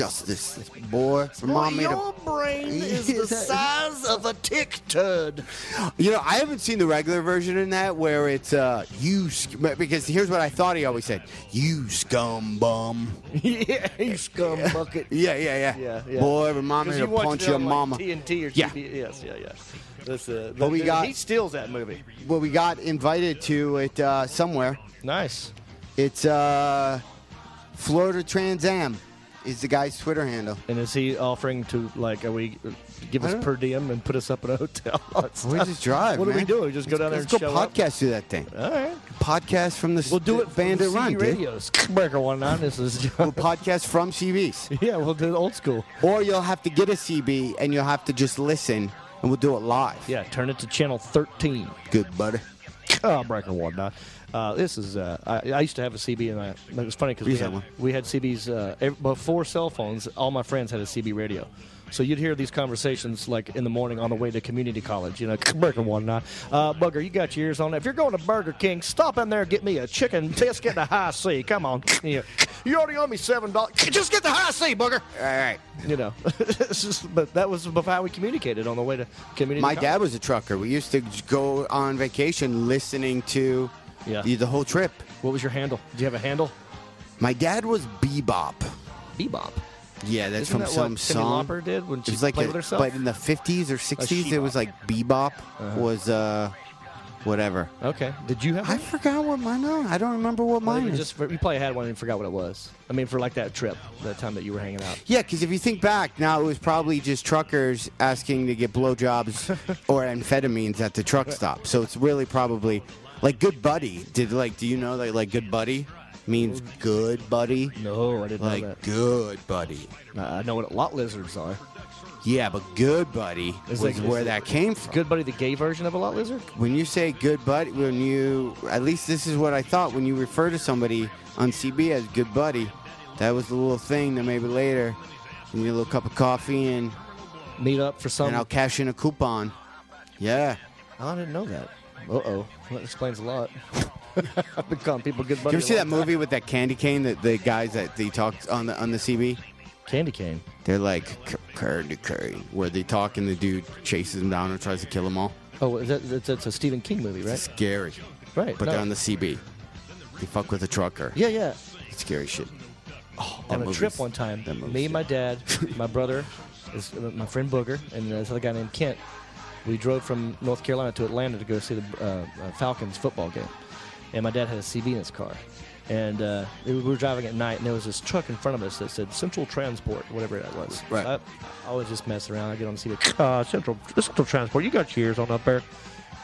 Speaker 8: Justice, boy, from mom made a
Speaker 7: brain
Speaker 8: is the
Speaker 7: size of a tick turd.
Speaker 8: You know, I haven't seen the regular version in that where it's uh you sc- because here's what I thought he always said: "You scum bum."
Speaker 7: yeah, you scum bucket.
Speaker 8: Yeah, yeah, yeah.
Speaker 7: Yeah, yeah.
Speaker 8: Boy, but mama
Speaker 7: 'Cause
Speaker 8: to
Speaker 7: you watch
Speaker 8: punch
Speaker 7: it
Speaker 8: your
Speaker 7: on, like,
Speaker 8: mama.
Speaker 7: TNT or
Speaker 8: Yeah.
Speaker 7: TBS. Yeah, yeah. That's, uh,
Speaker 8: But we
Speaker 7: the-
Speaker 8: got-
Speaker 7: he steals that movie.
Speaker 8: Well, we got invited to it uh, somewhere.
Speaker 7: Nice.
Speaker 8: It's uh Florida Trans Am is the guy's Twitter handle.
Speaker 7: And is he offering to like? Are we give us
Speaker 8: don't-
Speaker 7: per diem and put us up in a hotel?
Speaker 8: We just drive.
Speaker 7: What do we
Speaker 8: man.
Speaker 7: do? We just go down there
Speaker 8: Let's
Speaker 7: and
Speaker 8: go
Speaker 7: show up?
Speaker 8: podcast through that thing.
Speaker 7: All right.
Speaker 8: Podcast from the
Speaker 7: We'll do it.
Speaker 8: Bandit
Speaker 7: from
Speaker 8: Run.
Speaker 7: CB
Speaker 8: dude.
Speaker 7: radios. Breaker one nine. This is
Speaker 8: We'll podcast from CBs.
Speaker 7: yeah. We'll do it old school.
Speaker 8: Or you'll have to get a CB and you'll have to just listen and we'll do it live.
Speaker 7: Yeah. Turn it to channel thirteen.
Speaker 8: Good, buddy.
Speaker 7: Oh, breaker one nine. Uh, this is. Uh, I, I used to have a CB, and I, it was funny because we,
Speaker 8: Use that
Speaker 7: had-
Speaker 8: one.
Speaker 7: we had CBs uh, ev- before cell phones. All my friends had a CB radio, so you'd hear these conversations like in the morning on the way to community college. You know, breaker one nine. Uh, Bugger, you got your ears on. If you're going to Burger King, stop in there and get me a chicken biscuit and a high C. Come on, you, you already owe me seven dollars. Just get the high C, Bugger.
Speaker 8: All right.
Speaker 7: You know, it's just, but that was before how we communicated on the way to community.
Speaker 8: My
Speaker 7: college.
Speaker 8: dad was a trucker. We used to j- go on vacation listening to
Speaker 7: Yeah.
Speaker 8: the, the whole trip.
Speaker 7: What was your handle? Do you have a handle?
Speaker 8: My dad was bebop.
Speaker 7: Bebop.
Speaker 8: Yeah, that's from
Speaker 7: Isn't that
Speaker 8: some
Speaker 7: what Cyndi
Speaker 8: song.
Speaker 7: Lauper did when
Speaker 8: It
Speaker 7: she
Speaker 8: was like a-
Speaker 7: played with herself?
Speaker 8: But in the 50s or 60s, it was
Speaker 7: she-bop. Uh-huh.
Speaker 8: like bebop was uh, whatever.
Speaker 7: Okay. Did you have?
Speaker 8: I
Speaker 7: one?
Speaker 8: forgot what mine. No, I don't remember what
Speaker 7: Well,
Speaker 8: mine
Speaker 7: you
Speaker 8: is.
Speaker 7: just you probably had one and forgot what it was. I mean, for like that trip, that time that you were hanging out.
Speaker 8: Yeah, because if you think back, now it was probably just truckers asking to get blowjobs or amphetamines at the truck stop. So it's really probably like Good Buddy. Did like do you know that like Good Buddy means good buddy?
Speaker 7: No, I didn't know
Speaker 8: Like good buddy.
Speaker 7: that. Uh, I know what lot lizards are.
Speaker 8: Yeah, but good buddy
Speaker 7: It's
Speaker 8: was
Speaker 7: like-
Speaker 8: where
Speaker 7: it's
Speaker 8: that came from.
Speaker 7: Good buddy, the gay version of a lot lizard.
Speaker 8: When you say good buddy, when you at least this is what I thought when you refer to somebody on CB as good buddy, that was the little thing that maybe later, you get a little cup of coffee and.
Speaker 7: Meet up for some. Oh,
Speaker 8: and I'll cash in a coupon. Yeah.
Speaker 7: I didn't know that. Uh oh, that explains a lot. I've been calling people good
Speaker 8: Did
Speaker 7: buddy.
Speaker 8: you ever see
Speaker 7: a
Speaker 8: that
Speaker 7: lot.
Speaker 8: movie with that candy cane that the guys that they talked on the on the CB?
Speaker 7: Candy cane.
Speaker 8: They're like "C- candy cane, where they talk and the dude chases them down and tries to kill them all.
Speaker 7: Oh, is that, that's, that's a Stephen King movie,
Speaker 8: It's
Speaker 7: right?
Speaker 8: scary.
Speaker 7: Right.
Speaker 8: But
Speaker 7: no.
Speaker 8: they're on the CB. They fuck with a trucker.
Speaker 7: Yeah, yeah.
Speaker 8: It's scary shit. That
Speaker 7: on a
Speaker 8: movie's-
Speaker 7: trip one time,
Speaker 8: that movie's
Speaker 7: me,
Speaker 8: good.
Speaker 7: my dad, my brother, is uh, my friend Booger, and this other guy named Kent. We drove from North Carolina to Atlanta to go see the uh, uh, Falcons football game, and my dad had a CB in his car, and uh, we were driving at night, and there was this truck in front of us that said Central Transport, whatever that was.
Speaker 8: Right.
Speaker 7: I, I always just mess around. I get on the CB, uh, Central Central Transport. You got your ears on up there.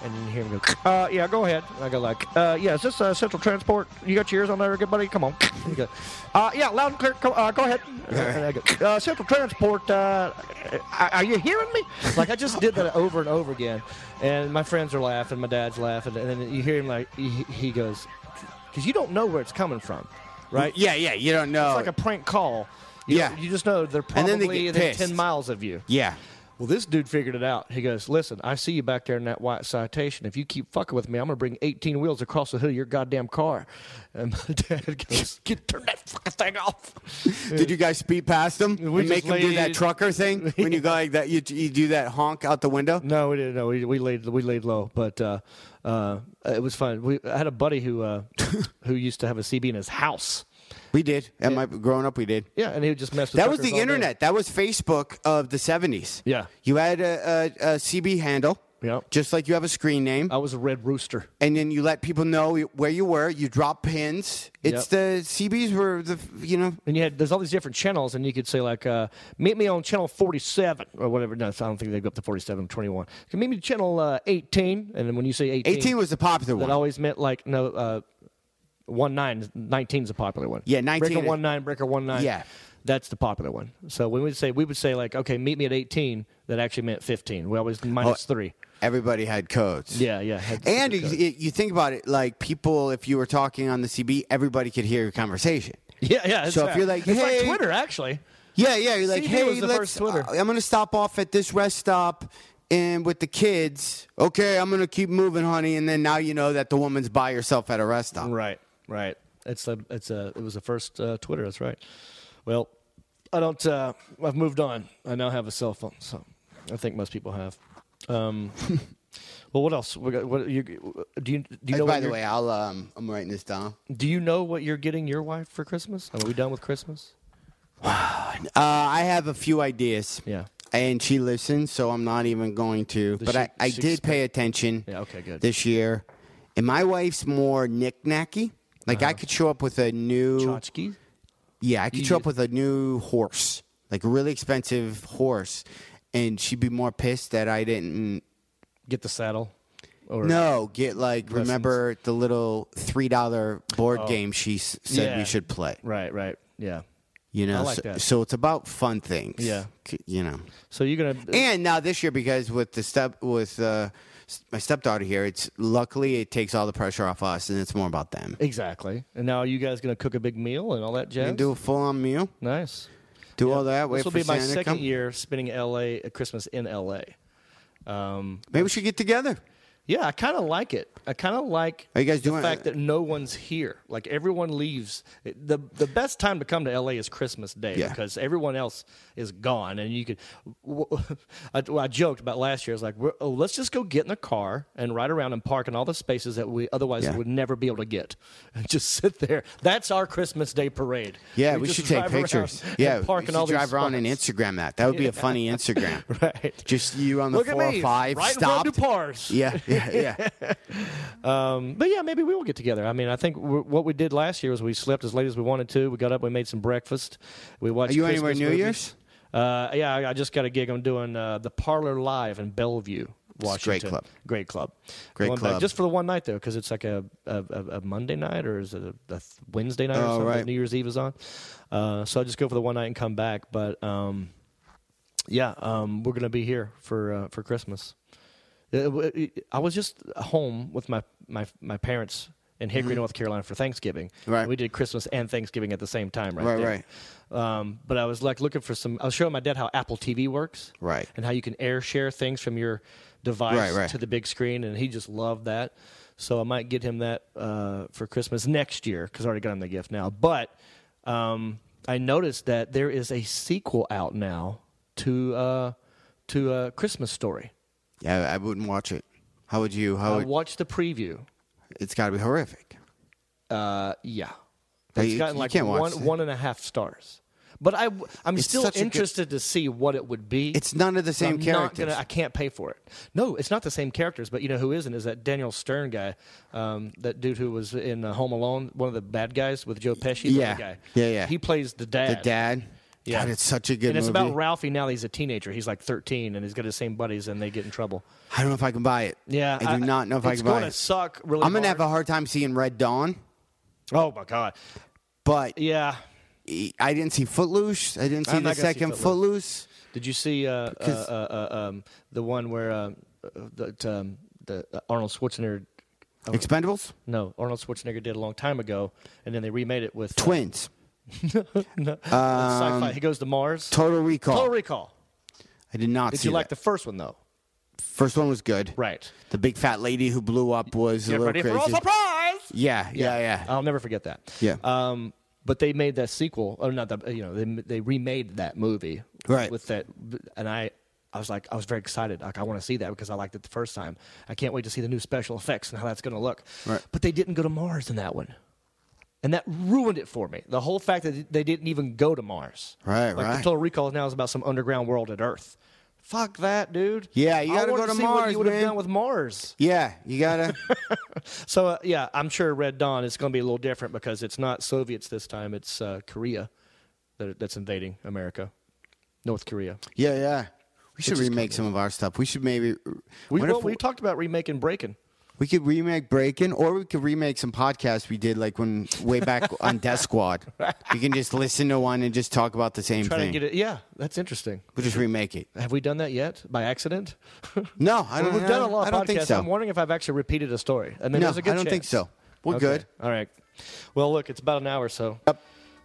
Speaker 7: And you hear him go, uh, yeah, go ahead. And I go like, uh, yeah, is this uh, Central Transport? You got your ears on there, good buddy? Come on. And he goes, uh, yeah, loud and clear. Come, uh, go ahead. And I go, uh, Central Transport, uh, are are you hearing me? Like, I just did that over and over again. And my friends are laughing. My dad's laughing. And then you hear him like, he, he goes, because you don't know where it's coming from, right?
Speaker 8: Yeah, yeah. You don't know.
Speaker 7: It's like a prank call. You
Speaker 8: Yeah.
Speaker 7: don't- You just know they're
Speaker 8: And
Speaker 7: probably
Speaker 8: then they get
Speaker 7: within
Speaker 8: pissed.
Speaker 7: 10 miles of you.
Speaker 8: yeah.
Speaker 7: Well, this dude figured it out. He goes, "Listen, I see you back there in that white citation. If you keep fucking with me, I'm gonna bring 18 wheels across the hood of your goddamn car." And my dad goes, "Get turn that fucking thing off."
Speaker 8: Did you guys speed past them
Speaker 7: We
Speaker 8: and
Speaker 7: just
Speaker 8: make them do that
Speaker 7: laid-
Speaker 8: trucker thing when you go like that? You, you do that honk out the window.
Speaker 7: No, we didn't. No, we, we laid we laid low, but uh, uh, it was fun. We I had a buddy who uh, who used to have a CB in his house.
Speaker 8: We did. At my growing up, we did.
Speaker 7: Yeah, and he would just mess with
Speaker 8: That was
Speaker 7: truckers
Speaker 8: the
Speaker 7: all day.
Speaker 8: internet. That was Facebook of the 70s.
Speaker 7: Yeah.
Speaker 8: You had a, a, a CB handle.
Speaker 7: Yep. Oh.
Speaker 8: Just like you have a screen name.
Speaker 7: I was a red rooster.
Speaker 8: And then you let people know where you were. You drop pins. It's
Speaker 7: Yep.
Speaker 8: the CBs were the, you know,
Speaker 7: And you had there's all these different channels, and you could say like, uh, "Meet me on channel 47 or whatever." No, I don't think they go up to 47, 21. You can meet me channel uh, 18, and then when you say 18,
Speaker 8: 18 was the popular
Speaker 7: that
Speaker 8: one.
Speaker 7: always meant like no. Uh, one nine, 19 is a popular one.
Speaker 8: Yeah, 19
Speaker 7: Breaker
Speaker 8: is-
Speaker 7: one nine, breaker one nine.
Speaker 8: Yeah.
Speaker 7: that's the popular one. So when we would say, we would say like, okay, meet me at eighteen. That actually meant fifteen. We always minus three.
Speaker 8: Everybody had codes.
Speaker 7: Yeah, yeah. had-
Speaker 8: Oh. And you, you think about it, like people, if you were talking on the CB, everybody could hear your conversation.
Speaker 7: yeah, yeah.
Speaker 8: so if you're like,
Speaker 7: it's
Speaker 8: "Hey-
Speaker 7: Twitter actually.
Speaker 8: Yeah, yeah. You're like,
Speaker 7: CB
Speaker 8: hey,
Speaker 7: was the
Speaker 8: let's,
Speaker 7: first Twitter.
Speaker 8: uh, I'm gonna stop off at this rest stop and with the kids. Okay, I'm gonna keep moving, honey. And then now you know that the woman's by herself at a rest stop.
Speaker 7: Right, right. It's a, it's a, it was the first uh, Twitter. That's right. Well, I don't. Uh, I've moved on. I now have a cell phone, so I think most people have. Um, well, what else? We got, what you, do you do you
Speaker 8: Uh,
Speaker 7: know?
Speaker 8: by
Speaker 7: what
Speaker 8: the
Speaker 7: you're-
Speaker 8: way, I'll um, I'm writing this down.
Speaker 7: do you know what you're getting your wife for Christmas? Are we done with Christmas?
Speaker 8: Uh, I have a few ideas.
Speaker 7: Yeah.
Speaker 8: And she listens, so I'm not even going to.
Speaker 7: Does
Speaker 8: but
Speaker 7: she-
Speaker 8: I, I
Speaker 7: she
Speaker 8: did pay attention.
Speaker 7: Yeah, okay, good.
Speaker 8: This year, and my wife's more knick-knacky. Like
Speaker 7: Uh-huh.
Speaker 8: I could show up with a new
Speaker 7: Tchotchkes?
Speaker 8: Yeah, I could show
Speaker 7: you-
Speaker 8: up with a new horse, like a really expensive horse, and she'd be more pissed that I didn't.
Speaker 7: Get the saddle. Or
Speaker 8: No, get like remember the little three dollar board game she s- said
Speaker 7: Oh. Yeah.
Speaker 8: we should play.
Speaker 7: Right, right. Yeah.
Speaker 8: You know,
Speaker 7: I like
Speaker 8: so,
Speaker 7: that.
Speaker 8: so it's about fun things.
Speaker 7: Yeah.
Speaker 8: C- you know.
Speaker 7: So you're gonna.
Speaker 8: And now this year, because with the step with uh, s- my stepdaughter here, it's luckily it takes all the pressure off us, and it's more about them.
Speaker 7: Exactly. And now are you guys gonna cook a big meal and all that jazz?
Speaker 8: And do a full on meal,
Speaker 7: nice.
Speaker 8: do all that. Wait
Speaker 7: this will
Speaker 8: for
Speaker 7: be my
Speaker 8: Santa to
Speaker 7: second
Speaker 8: come.
Speaker 7: year spending LA uh, Christmas in LA. Um,
Speaker 8: Maybe we should get together.
Speaker 7: Yeah, I kind of like it. I kind of like
Speaker 8: Are you guys
Speaker 7: the
Speaker 8: doing-
Speaker 7: fact that no one's here. Like everyone leaves. the The best time to come to LA is Christmas Day
Speaker 8: Yeah.
Speaker 7: because everyone else is gone, and you could. I, well, I joked about last year. I was like, We're, oh, "Let's just go get in a car and ride around and park in all the spaces that we otherwise
Speaker 8: Yeah.
Speaker 7: would never be able to get, and just sit there." That's our Christmas Day parade.
Speaker 8: Yeah, we
Speaker 7: just
Speaker 8: should take
Speaker 7: drive around
Speaker 8: pictures.
Speaker 7: and
Speaker 8: Yeah,
Speaker 7: park
Speaker 8: we
Speaker 7: in
Speaker 8: should
Speaker 7: all these
Speaker 8: drive around and
Speaker 7: spots.
Speaker 8: Instagram that. That would be a funny Instagram.
Speaker 7: Right.
Speaker 8: Just you on the
Speaker 7: Look at
Speaker 8: four
Speaker 7: me,
Speaker 8: or five
Speaker 7: right in front
Speaker 8: stop.
Speaker 7: of Dupars.
Speaker 8: Yeah, yeah, yeah.
Speaker 7: But yeah, maybe we will get together. I mean, I think we what we did last year was we slept as late as we wanted to. We got up, we made some breakfast, we watched.
Speaker 8: Are you
Speaker 7: Christmas
Speaker 8: anywhere New
Speaker 7: movies.
Speaker 8: Year's?
Speaker 7: Uh, yeah, I, I just got a gig. I'm doing uh, the Parlor Live in Bellevue,
Speaker 8: a
Speaker 7: Washington.
Speaker 8: great club.
Speaker 7: Great club.
Speaker 8: Great
Speaker 7: Going back
Speaker 8: club.
Speaker 7: just for the one night though, because it's like a, a, a a Monday night or is it a, a th- Wednesday night or
Speaker 8: Oh,
Speaker 7: something?
Speaker 8: right.
Speaker 7: New Year's Eve is on. Uh, so I just go for the one night and come back. But um, yeah, um, we're gonna be here for uh, for Christmas. It- it- it- I was just home with my my my parents in Hickory, North Carolina for Thanksgiving.
Speaker 8: Mm-hmm. Right.
Speaker 7: We did Christmas and Thanksgiving at the same time, right?
Speaker 8: Right,
Speaker 7: there. Um, but I was like looking for some. I was showing my dad how Apple TV works,
Speaker 8: Right.
Speaker 7: And how you can air share things from your device
Speaker 8: Right, right.
Speaker 7: to the big screen, and he just loved that. So I might get him that uh, for Christmas next year because I already got him the gift now. But um, I noticed that there is a sequel out now to uh, to uh, Christmas Story.
Speaker 8: Yeah, I wouldn't watch it. How would you? How
Speaker 7: I
Speaker 8: would,
Speaker 7: watched the preview.
Speaker 8: it's got to be horrific.
Speaker 7: Uh, yeah,
Speaker 8: Hey,
Speaker 7: it's
Speaker 8: you-
Speaker 7: gotten
Speaker 8: you
Speaker 7: like
Speaker 8: can't watch
Speaker 7: one
Speaker 8: that.
Speaker 7: one and a half stars. But I, w- I'm
Speaker 8: It's
Speaker 7: still
Speaker 8: such a good-
Speaker 7: interested to see what it would be.
Speaker 8: It's none of the
Speaker 7: So
Speaker 8: same
Speaker 7: I'm not
Speaker 8: characters.
Speaker 7: gonna- I can't pay for it. No, it's not the same characters. But you know who isn't is that Daniel Stern guy, um, that dude who was in uh, Home Alone, one of the bad guys with Joe Pesci. the
Speaker 8: Yeah.
Speaker 7: other guy.
Speaker 8: Yeah, yeah.
Speaker 7: He plays the
Speaker 8: the
Speaker 7: dad.
Speaker 8: dad.
Speaker 7: Yeah.
Speaker 8: God, it's such a good
Speaker 7: And it's
Speaker 8: movie.
Speaker 7: about Ralphie now that he's a teenager. He's like 13 and he's got his same buddies and they get in trouble.
Speaker 8: I don't know if I can buy it.
Speaker 7: Yeah,
Speaker 8: I do
Speaker 7: I-
Speaker 8: not know if I
Speaker 7: it's
Speaker 8: can buy
Speaker 7: gonna
Speaker 8: it.
Speaker 7: suck really
Speaker 8: I'm gonna
Speaker 7: hard.
Speaker 8: have a hard time seeing Red Dawn,
Speaker 7: Oh my god.
Speaker 8: but e,
Speaker 7: Yeah.
Speaker 8: I didn't see Footloose. I didn't see
Speaker 7: I'm
Speaker 8: the
Speaker 7: not gonna see
Speaker 8: second
Speaker 7: Footloose.
Speaker 8: Footloose.
Speaker 7: Did you see uh, uh, uh, uh, um, the one where uh, uh, that um, the uh, Arnold Schwarzenegger?
Speaker 8: Expendables,
Speaker 7: No, Arnold Schwarzenegger did a long time ago, and then they remade it with uh,
Speaker 8: Twins,
Speaker 7: sci-fi. He goes to Mars.
Speaker 8: Um, Total Recall.
Speaker 7: Total Recall.
Speaker 8: I did not
Speaker 7: Did
Speaker 8: see
Speaker 7: you like
Speaker 8: that.
Speaker 7: the first one though?
Speaker 8: First one was good.
Speaker 7: Right.
Speaker 8: The big fat lady who blew up was a
Speaker 7: Get
Speaker 8: little
Speaker 7: ready
Speaker 8: crazy.
Speaker 7: for a surprise. Uh,
Speaker 8: yeah, yeah, yeah.
Speaker 7: I'll never forget that.
Speaker 8: Yeah.
Speaker 7: Um, but they made that sequel, or not the, you know, they they remade that movie,
Speaker 8: Right.
Speaker 7: With that, and I. I was like, I was very excited. Like, I want to see that because I liked it the first time. I can't wait to see the new special effects and how that's going to look.
Speaker 8: Right.
Speaker 7: But they didn't go to Mars in that one, and that ruined it for me. The whole fact that they didn't even go to Mars.
Speaker 8: Right,
Speaker 7: like,
Speaker 8: right.
Speaker 7: Total Recall now is about some underground world at Earth. Fuck that, dude.
Speaker 8: Yeah, you
Speaker 7: I
Speaker 8: gotta go
Speaker 7: wanted
Speaker 8: to
Speaker 7: see what
Speaker 8: Mars,
Speaker 7: you would have
Speaker 8: man.
Speaker 7: done with Mars.
Speaker 8: yeah, you gotta.
Speaker 7: So uh, yeah, I'm sure Red Dawn is going to be a little different because it's not Soviets this time; it's uh, Korea that, that's invading America, North Korea.
Speaker 8: yeah, yeah. We should remake some of our stuff. We should maybe.
Speaker 7: We
Speaker 8: what
Speaker 7: well,
Speaker 8: if
Speaker 7: we talked about remaking Breaking.
Speaker 8: we could remake Breaking, or we could remake some podcasts we did like when way back on Death Squad. You can just listen to one and just talk about the same
Speaker 7: Trying
Speaker 8: thing.
Speaker 7: to get it. Yeah, that's interesting.
Speaker 8: We'll just remake it.
Speaker 7: Have we done that yet by accident?
Speaker 8: No, I don't.
Speaker 7: We've done a
Speaker 8: Uh,
Speaker 7: lot
Speaker 8: I
Speaker 7: of
Speaker 8: don't
Speaker 7: podcasts.
Speaker 8: think so.
Speaker 7: I'm wondering if I've actually repeated a story. I mean,
Speaker 8: No,
Speaker 7: there's a good
Speaker 8: I don't think
Speaker 7: chance.
Speaker 8: so. We're
Speaker 7: Okay.
Speaker 8: good.
Speaker 7: All right. Well, look, it's about an hour or so.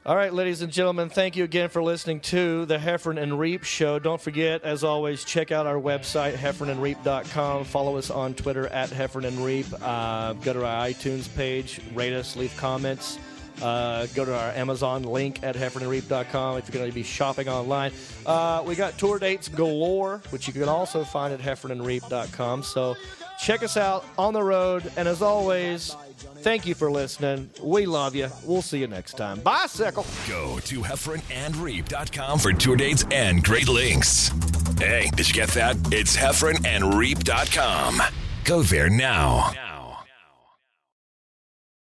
Speaker 7: All right, ladies and gentlemen, thank you again for listening to the Heffern and Reap Show. Don't forget, as always, check out our website, heffernandreap.com. Follow us on Twitter at Heffern and Reap. Uh, go to our iTunes page, rate us, leave comments. Uh, go to our Amazon link at heffernandreap.com if you're going to be shopping online. Uh, we got tour dates galore, which you can also find at heffernandreap.com. So check us out on the road. And as always, thank you for listening. We love you. We'll see you next time. Bye, Sickle.
Speaker 1: Go to heffronandreap.com for tour dates and great links. Hey, did you get that? It's heffronandreap.com. Go there now.